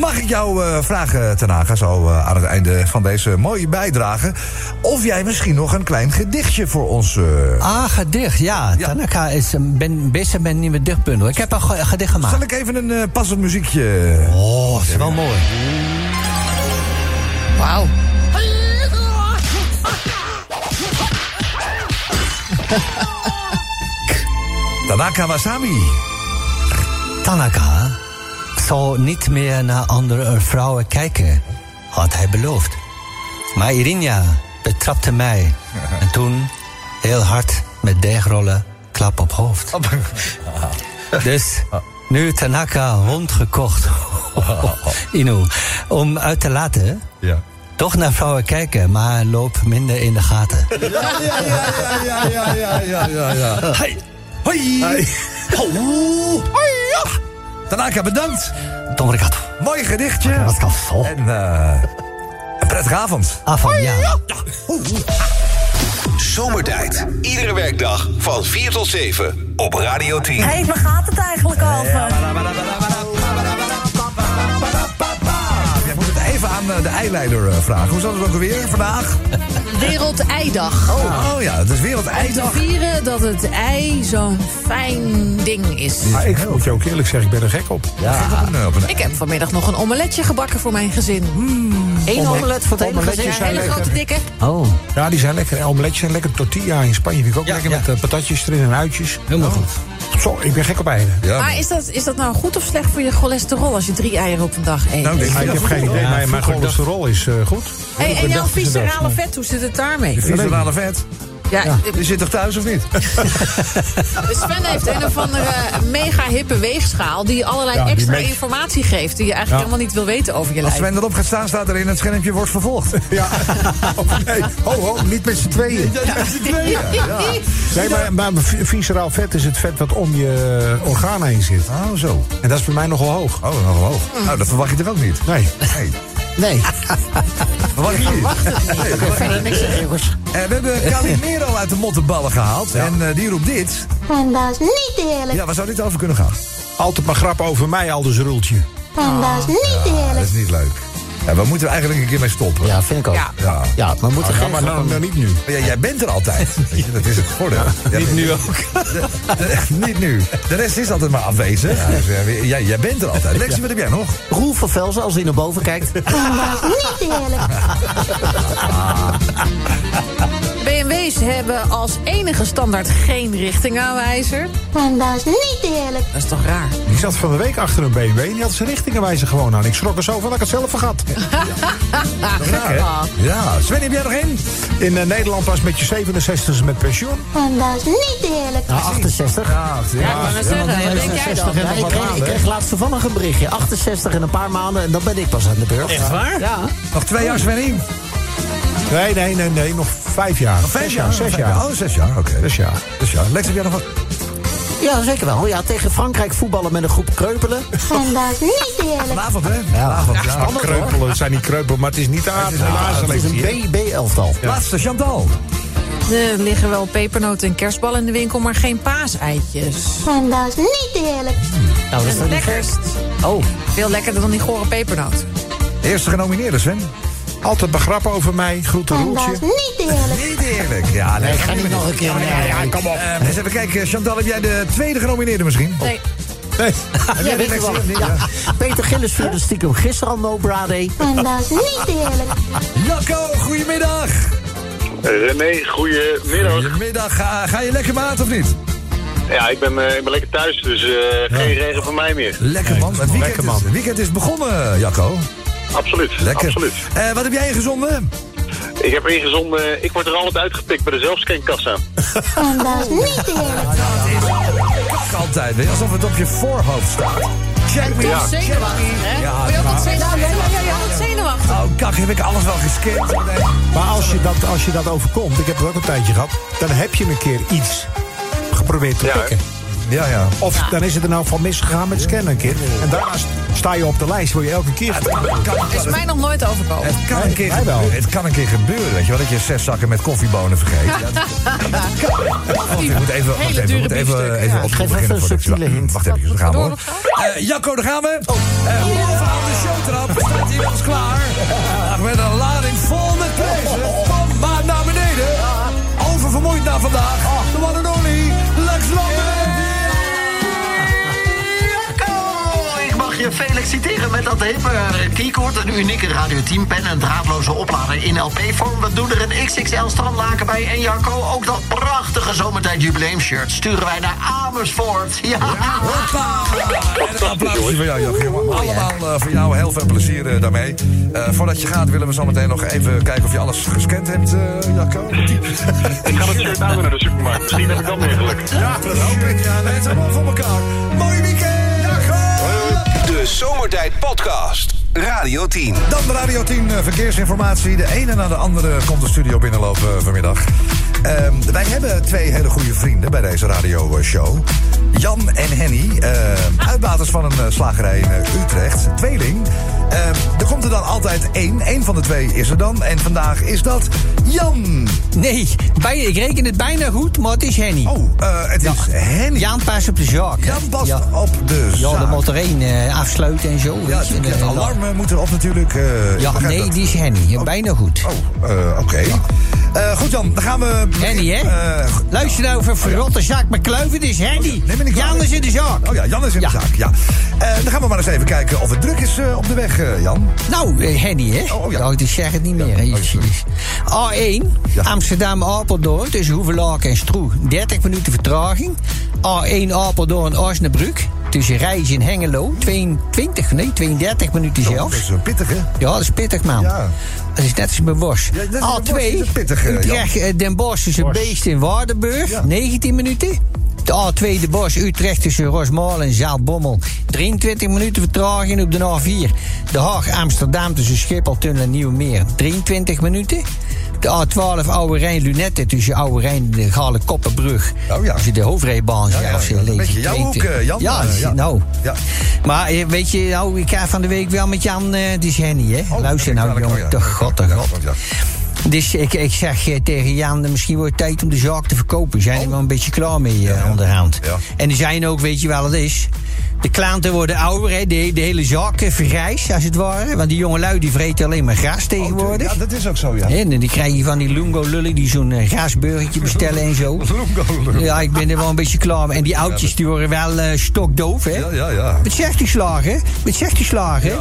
B: mag ik jou eh, vragen, Tanaga, zo eh, aan het einde van deze mooie bijdrage... of jij misschien nog een klein gedichtje voor ons... eh,
D: Ah, gedicht, ja. Tanaka is een- ben, bezig met een nieuwe dichtbundel. Ik heb een ge- gedicht gemaakt.
B: Zal ik even een eh, passend muziekje...
D: Oh, dat is wel mooi.
E: Wauw.
B: Oh.
J: [laughs]
B: Tanaka Wasabi.
D: Tanaka zal niet meer naar andere vrouwen kijken, had hij beloofd. Maar Irinja betrapte
B: [laughs]
D: mij. En toen heel hard met deegrollen klap op hoofd. [laughs] Dus nu Tanaka hond
B: [laughs]
D: gekocht. Inu. Om uit te laten.
B: Ja.
D: Toch naar vrouwen kijken, maar loop minder in de gaten.
M: Ja, ja, ja, ja, ja, ja, ja, ja, ja.
D: Hey.
B: Hoi. Hallo. Hoi. Tanaka, bedankt.
D: Tomrikato.
B: Mooi gedichtje.
D: Wat kan
B: En eh, een prettige avond.
D: Avond, ja.
A: Zomertijd. Iedere werkdag van 4 tot 7 op Radio 10.
N: Hé, hey, waar gaat het eigenlijk over?
B: Ah, Jij moet het even aan eh, de eileider eh, vragen. Hoe zat het ook alweer vandaag?
E: Wereldeidag.
B: Oh ja, het is
E: Om te
B: wereldeidag.
E: vieren dat het ei zo'n fijn ding is.
F: Maar ik moet je ook eerlijk zeggen, ik ben er gek op.
B: Ja. Op een, op een-
E: Ik heb vanmiddag nog een omeletje gebakken voor mijn gezin. Eén omelet voor het hele
F: Omeletjes
E: gezin. Ja,
F: zijn
E: hele
F: lekker.
E: grote dikke.
D: Oh.
F: Ja, die zijn lekker. Omeletjes zijn lekker. Tortilla in Spanje vind ik ook lekker met eh, patatjes erin en uitjes.
D: Helemaal
F: goed. Zo, ik ben gek op eieren.
E: Maar is dat, is dat nou goed of slecht voor je cholesterol als je drie eieren op een dag eet?
F: Nou, ik, heb geen idee, maar mijn cholesterol is eh, goed.
E: Hey, en jouw viscerale vet, hoe zit het daarmee?
B: De viscerale vet.
E: Ja, dus
B: Je zit toch thuis of niet?
E: Sven heeft een of andere mega hippe weegschaal die allerlei
B: Ja, die
E: extra
B: meet-
E: informatie geeft die je eigenlijk
B: Ja.
E: helemaal niet wil weten over je
B: Als
E: lijf.
B: Sven erop gaat staan, staat erin het schermpje wordt vervolgd. [laughs] Ja. Oh, nee. Ho, ho, niet met z'n tweeën.
F: Nee, maar, maar vi- visceraal vet is het vet wat om je eh, organen heen zit.
B: Oh, zo.
F: En dat is bij mij nogal hoog. Mm.
B: Oh, nogal hoog. Nou, dat verwacht je er ook niet.
F: Nee. [laughs]
B: Nee.
I: Nee.
B: Verwacht je niet. Nee,
I: Ik kan verder niks zeggen, jongens.
B: Eh, we hebben Calimero uit de mottenballen gehaald. En eh, die roept dit.
J: En dat is niet eerlijk.
B: Ja, waar zou dit over kunnen gaan?
F: Altijd maar grappen over mij, Aldus Rultje.
J: En dat is niet
B: Ja, Ah, dat
J: eerlijk.
B: is niet leuk. Ja, we moeten er eigenlijk een keer mee stoppen.
I: Ja, vind ik ook.
E: Ja.
B: Ja.
I: Ja, maar we moeten
F: Ja,
I: geen
F: maar nou, nou
I: grappen-
F: niet nu.
B: Maar ja, jij bent er
F: [laughs]
B: altijd. Weet je, dat is het voordeel. Ja,
O: Niet nu ook.
B: [laughs] de- de- niet nu. De rest is altijd maar afwezig. Dus, eh, jij, jij bent er altijd. Lexie, wat heb jij nog?
I: Roel van Velzen, als hij naar boven
J: [laughs]
I: kijkt.
J: En dat is niet eerlijk.
E: BMW's hebben als enige standaard geen richtingaanwijzer.
J: En dat is niet eerlijk.
E: Dat is toch raar?
F: Ik zat van de week achter een BMW en die had zijn richtingenwijzer gewoon aan. Ik schrok er zo van dat ik het zelf vergat.
E: Ah.
B: Ja, Sven, heb jij nog één?
F: In eh, Nederland pas met je 67 met pensioen.
J: En dat is niet eerlijk.
I: Nou, 68.
B: Ja,
E: Ja, ik wou net zeggen, wat denk jij dan?
I: Ja, ik, kreeg, ik kreeg laatst toevallig een berichtje. 68 in een paar maanden en dan ben ik pas aan de beurt.
O: Echt waar?
I: Ja.
B: nog twee jaar, Sven.
F: Nee, nee, nee, nee. Nog vijf jaar.
B: Vijf jaar,
F: Zes jaar.
B: Oh, zes jaar, oké.
F: Zes jaar.
B: Zes jaar. Lex, heb jij nog wat?
I: ja, zeker wel. Ja, tegen Frankrijk voetballen met een groep kreupelen.
J: En dat is niet eerlijk.
B: Vanavond, hè? Vanavond, ja.
I: spannend, hoor.
F: Ah, Kreupelen, het zijn niet kreupelen, maar het is niet de aardige
I: Het is
F: selectie, hè?
I: een BB-elftal.
B: Laatste, Chantal.
E: Er liggen wel pepernoten en kerstballen in de winkel, maar geen paaseitjes.
J: En dat is niet eerlijk.
I: Nou, dat is
E: Het
I: toch niet gek?
E: lekkerst.
I: Oh,
E: Veel lekkerder dan die gore pepernoot.
B: Eerste genomineerde, Sven.
F: Altijd maar grappen over mij. Groeten
J: En dat is
F: Roeltje.
J: niet eerlijk.
B: Niet eerlijk. Ja,
I: Oh, nee, ik ga niet nog een keer. Nee, nee. Eh,
B: kom op. eens even kijken, Chantal, heb jij de tweede genomineerde misschien?
E: Nee,
F: Nee.
B: Heb jij
I: [laughs] Ja, weet
B: de Lexie
I: je wel.
B: of niet?
I: Ja. Peter Gillis vierde stiekem gisteren al No Bra Day.
J: En dat is niet eerlijk.
B: Jacco, goedemiddag.
P: René, goedemiddag.
B: Goedemiddag. Ga, ga je lekker maat of niet?
P: Ja, ik ben, eh, ik ben lekker thuis, dus eh, geen regen voor mij meer.
B: Lekker man. Het weekend,
F: Lekker, man.
B: Is, het weekend is begonnen, Jacco.
P: Absoluut,
B: Lekker.
P: absoluut.
B: Eh, wat heb jij ingezonden?
P: Ik heb ingezonden, ik word er altijd uitgepikt bij de zelfscankassa.
J: En dat is niet eerlijk.
B: Kak altijd, weet je, alsof het op je voorhoofd staat. Check me
E: toch
B: out. check
E: zenuwachtig,
B: me.
E: hè?
B: Ja,
E: Ben je ook wat zenuwachtig? Ja, ja, wat zenuwachtig.
B: Oh, kak, heb ik alles wel gescand? Nee.
F: Maar als je, dat, als je dat overkomt, ik heb het ook een tijdje gehad, dan heb je een keer iets geprobeerd te
P: Ja,
F: pikken.
B: Ja, ja.
F: Of dan is het er nou van misgegaan met scannen een keer. En daarna sta je op de lijst, word je elke keer.
E: Is mij nog nooit overkomen.
B: Het kan, een keer gebeuren. het kan een keer gebeuren, weet je wel, dat je zes zakken met koffiebonen vergeet. [laughs] Oh, Wacht, ik moet even, wacht
E: Hele
B: even, ik
E: dure
B: moet
E: biefstuk.
B: even, even
E: Ja.
B: opnieuw
E: Geef
B: beginnen
E: even een
B: voordat ik-
E: subtiele hint.
B: Wacht even, daar gaan we
E: door
B: hoor. Eh, Jacco, daar gaan we. Eh, bovenaan de showtrap staat hier ons klaar. Eh, met een lading vol met prijzen. Kom maar naar beneden. Oververmoeid na vandaag. De one and only Lex Lambert.
Q: Jacco! Ik mag je feliciteren met dat hippe eh, keycord, een unieke Radio 10 pen, een draadloze oplader in LP-vorm. We doen er een XXL strandlaken bij. En Jacco, ook dat prachtige zomertijd jubileum shirt sturen wij naar Amersfoort. Ja!
B: En een applausje voor jou, Jacco. jongen.
E: Oh,
B: Allemaal eh, voor jou heel veel plezier eh, daarmee. Eh, voordat je gaat willen we zo meteen nog even kijken of je alles gescand hebt, eh,
R: [laughs]
B: Jacco.
R: Ik ga dat shirt aan naar de supermarkt. Misschien heb ik dan meer geluk.
B: Ja, dat hoop ik. Ja, nee, het is allemaal voor elkaar. Mooi weekend!
A: De Zomertijd Podcast. Radio 10.
B: Dan de Radio 10 eh, verkeersinformatie. De ene na de andere komt de studio binnenlopen eh, vanmiddag. Ehm, wij hebben twee hele goede vrienden bij deze radioshow. Jan en Henny, eh, uitbaters van een eh, slagerij in eh, Utrecht. Tweeling. Ehm, er komt er dan altijd één. Eén van de twee is er dan. En vandaag is dat Jan.
D: Nee, bij, ik reken het bijna goed, maar het is Henny.
B: Oh, het is Henny.
D: Jan past op de zaak.
B: Jan past op de zaak.
D: Ja, de moet er één eh, afsluiten en zo.
B: Ja,
D: weet je, en,
B: het
D: en dan-
B: alarm eh, moet erop natuurlijk. eh,
D: Ja,
B: ik begrijp
D: nee,
B: dat.
D: die is Henny. Ja, Bijna goed.
B: Oh, oké. Eh, goed Jan, dan gaan we... Eh,
D: Henny, hè? Luister nou voor verrotte zaak McCleuven, het is Henny. Jan is in de zaak.
B: Oh ja, Jan is in de zaak, ja. Eh, dan gaan we maar eens even kijken of het druk is eh, op de weg, eh, Jan.
D: Nou, eh, Henny, hè? Oh, ja. ik zeg het niet meer.
B: oh,
D: Jezus. A1, Amsterdam-Apeldoorn tussen Hoevelaak en Stroe. 30 minuten vertraging. A1 Apeldoorn-Osnabrück tussen Rijs en Hengelo. 22, nee, 32 minuten zelfs.
B: Dat is eh, pittig, hè?
D: Ja, dat is pittig, man. Dat is net als mijn worst.
B: net als
D: A2,
B: mijn worst is het pittig, eh, Jan.
D: Utrecht, eh, Den Bosch tussen Beest in Waardenburg. 19 minuten. De A2, De Bosch, Utrecht tussen Rosmalen en Zaalbommel. 23 minuten vertraging op de A4. De Haag, Amsterdam tussen Schiphol, Tunnel en Nieuwmeer. 23 minuten. De A12, Oude Rijn, Lunette tussen Oude Rijn en de Gale Koppenbrug.
B: Oh ja.
D: Tussen de hoofdrijbaan. Ja, of zo
B: Een
D: lezen.
B: beetje jouw hoek, eh, Jan.
D: Ja,
B: Eh, ja.
D: nou.
B: Ja.
D: Maar eh, weet je, nou, ik ga van de week wel met Jan, eh die is Henny, hè?
B: Oh,
D: Luister nou, jongen, de god, de god. Dus ik, ik zeg eh, tegen Jan, eh, misschien wordt het tijd om de zaak te verkopen. Zijn er wel een beetje klaar mee eh, onderhand. En er zijn ook, weet je wel het is... De klanten worden ouder, hè? De, de hele zaak eh, vergrijst, als het ware. Want die jonge lui die vreten alleen maar gras tegenwoordig.
B: Oh, Ja, dat is ook zo, ja.
D: En dan krijg je van die lungo lullen die zo'n eh, grasburgertje bestellen en
B: [laughs]
D: zo.
B: Lungo-lullen.
D: Ja, ik ben er wel een beetje klaar mee. En die oudjes die worden wel eh, stokdoof, hè?
B: Ja, ja, ja.
D: Wat zegt die slager? Wat zegt die slager?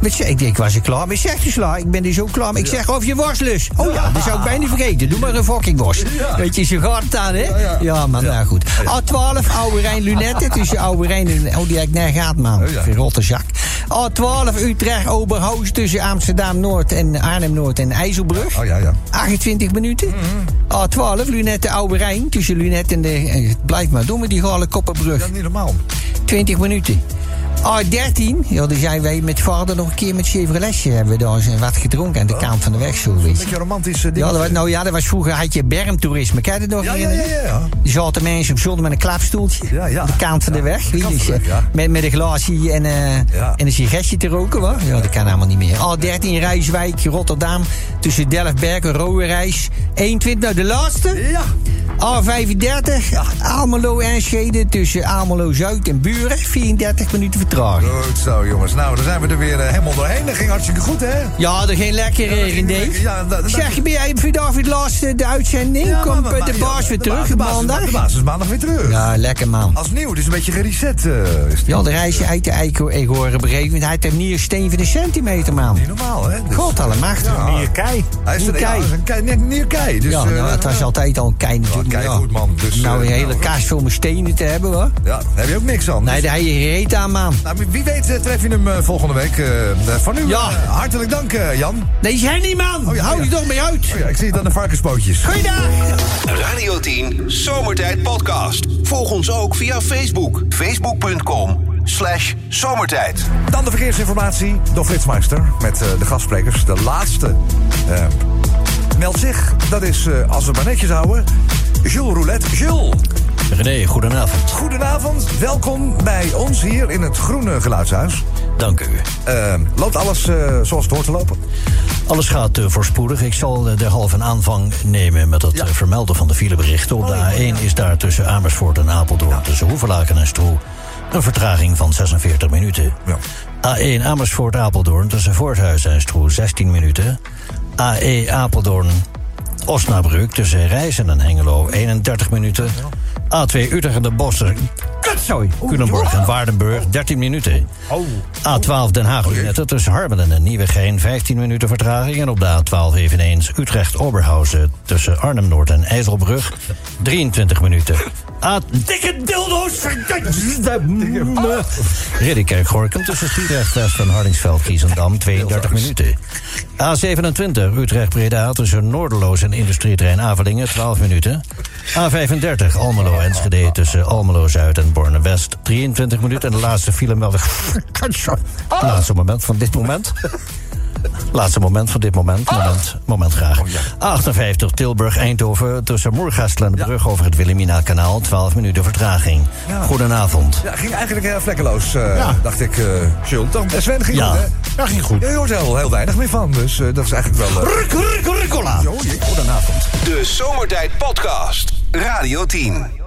D: Wat ze- ik, denk, ik was er klaar mee. Zegt die slager? Ik ben er zo klaar mee. Ik zeg, of je worst lust. Oh ja, dat zou ik bijna vergeten. Doe maar een fucking worst.
J: Ja.
D: Weet je, zo gaat het aan, hè? Ja, man, nou goed. A12, Oude Rijn, Lunette. Tussen Oude Rijn en... Oh, die heb ik nergens gehad, man.
J: Oh, ja.
D: Verrotte zak. A12, Utrecht, Oberhausen. Tussen Amsterdam-Noord en Arnhem-Noord en IJsselbrug.
B: Oh ja, Mhm. ja.
D: 28 minuten. A12, Lunette, Oude Rijn. Tussen Lunette en de... eh, Het blijft maar doen met die gale koppenbrug.
B: Dat is niet normaal.
D: 20 minuten. A13, ja, daar zijn wij met vader nog een keer met Chevroletje hebben we daar eens wat gedronken aan de kant van de weg zo. Een
B: Oh. beetje romantische
D: ja, dat was,
B: dingetje.
D: nou ja, dat was vroeger had je bermtoerisme. Ken je dat nog?
B: Ja, ja,
D: herinneren?
B: ja, ja.
D: Er zaten mensen op zolder met een klapstoeltje. Aan de kant van de weg. weet je, met, met een glaasje en, eh, en een sigaretje te roken. Hoor. Ja, dat kan allemaal niet meer. A13 Rijswijk, Rotterdam. Tussen Delft-Berk en Rooierijs. 21, nou de laatste.
B: Ja.
D: A35, Almelo en Schede. Tussen Almelo-Zuid en Buren. 34 minuten vertraging.
B: Goed zo, jongens. Nou, dan zijn we er weer eh, helemaal doorheen. Dat ging hartstikke goed, hè?
D: Ja, er ging lekker
B: Ja, dat
D: eh,
B: ging
D: René.
B: lekker. Ja, dat- dat-
D: zeg, ben jij vandaag weer last de uitzending?
B: Ja,
D: Komt
B: maar-
D: eh,
B: maar-
D: de baas
B: ja,
D: weer
B: de
D: terug
B: baas- de baas is-
D: maandag?
B: de baas is maandag weer terug.
D: Ja, lekker man.
B: Als nieuw, dus een beetje gereset. eh, is het.
D: Ja, de reisje uit de Eikel, ik hoor op een gegeven moment. Hij heeft niet een steen van een centimeter, man. Niet
B: normaal, hè? dus-
D: God allemachtig.
B: Ja. Hij is er ja,
D: Nierkei.
B: hij is een kei, net een nierkei. Dus,
D: ja,
B: eh,
D: nou, het was altijd al een kei natuurlijk.
B: kei
D: ja.
B: goed, man. Dus,
D: nou, een
B: eh,
D: hele
B: nou,
D: kast vol met stenen te hebben, hoor.
B: Ja, daar heb je ook niks aan.
D: Nee, daar heb je reet aan, man.
B: Nou, wie weet eh, tref je hem eh, volgende week. eh, eh, van nu,
D: Ja.
B: eh, hartelijk dank, eh, Jan.
D: Nee, jij niet, man. Hou je toch mee uit.
B: Oh, ja, ik zie het aan de varkenspootjes.
D: Goeiedag.
A: Radio 10 Zomertijd Podcast. Volg ons ook via Facebook. Facebook.com slash zomertijd.
B: Dan de verkeersinformatie door Flitsmeister met eh, de gastsprekers. De laatste eh, meldt zich. Dat is, eh, als we het maar netjes houden, Jules Roulette. Jules!
S: René, goedenavond.
B: Goedenavond, welkom bij ons hier in het Groene Geluidshuis.
S: Dank u.
B: loopt alles eh, zoals het hoort te lopen?
S: Alles gaat eh, voorspoedig. Ik zal eh, derhalve een aanvang nemen met het eh, vermelden van de fileberichten.
B: Oh,
S: Op de A1 is daar tussen Amersfoort en Apeldoorn, tussen Hoevelaken en Stroe, een vertraging van 46 minuten. A1 Amersfoort-Apeldoorn tussen Voorthuizen en Stroe 16 minuten. AE Apeldoorn Osnabrück tussen Rijzen en Hengelo 31 minuten. A2 Utrecht en de Bossen. Kutzooi! Culemborg en Waardenburg 13 minuten. A12 Den Haag Lunetten tussen Harmelen en Nieuwegein 15 minuten vertraging. En op de A12 eveneens Utrecht Oberhausen tussen Arnhem Noord en IJsselbrug 23 [laughs] minuten. A Ah, dikke dildo's Ridderkerk Gorkum tussen Stiedrecht West en Hardingsveld Kiesendam 32 minuten. A27 Utrecht Breda tussen Noorderloos en Industrieterrein Avelingen 12 minuten. A35 Almelo Enschede tussen Almelo Zuid en Borne West 23 minuten. En de laatste file melding. [laughs] Laatste moment van dit moment. Laatste moment van dit moment. Moment, moment graag. 58 Tilburg, Eindhoven. Tussen Moergastel en de brug over het Wilhelmina-kanaal. 12 minuten vertraging. Goedenavond.
B: Ja, ging eigenlijk heel vlekkeloos, eh, dacht ik, eh Jules. Toch? Eh, Sven ging
S: Ja.
B: goed, hè? Ja, ging goed. Je hoort er heel, heel weinig meer van, dus eh, dat is eigenlijk wel... eh,
A: Goedenavond. De Zomertijd Podcast. Radio 10.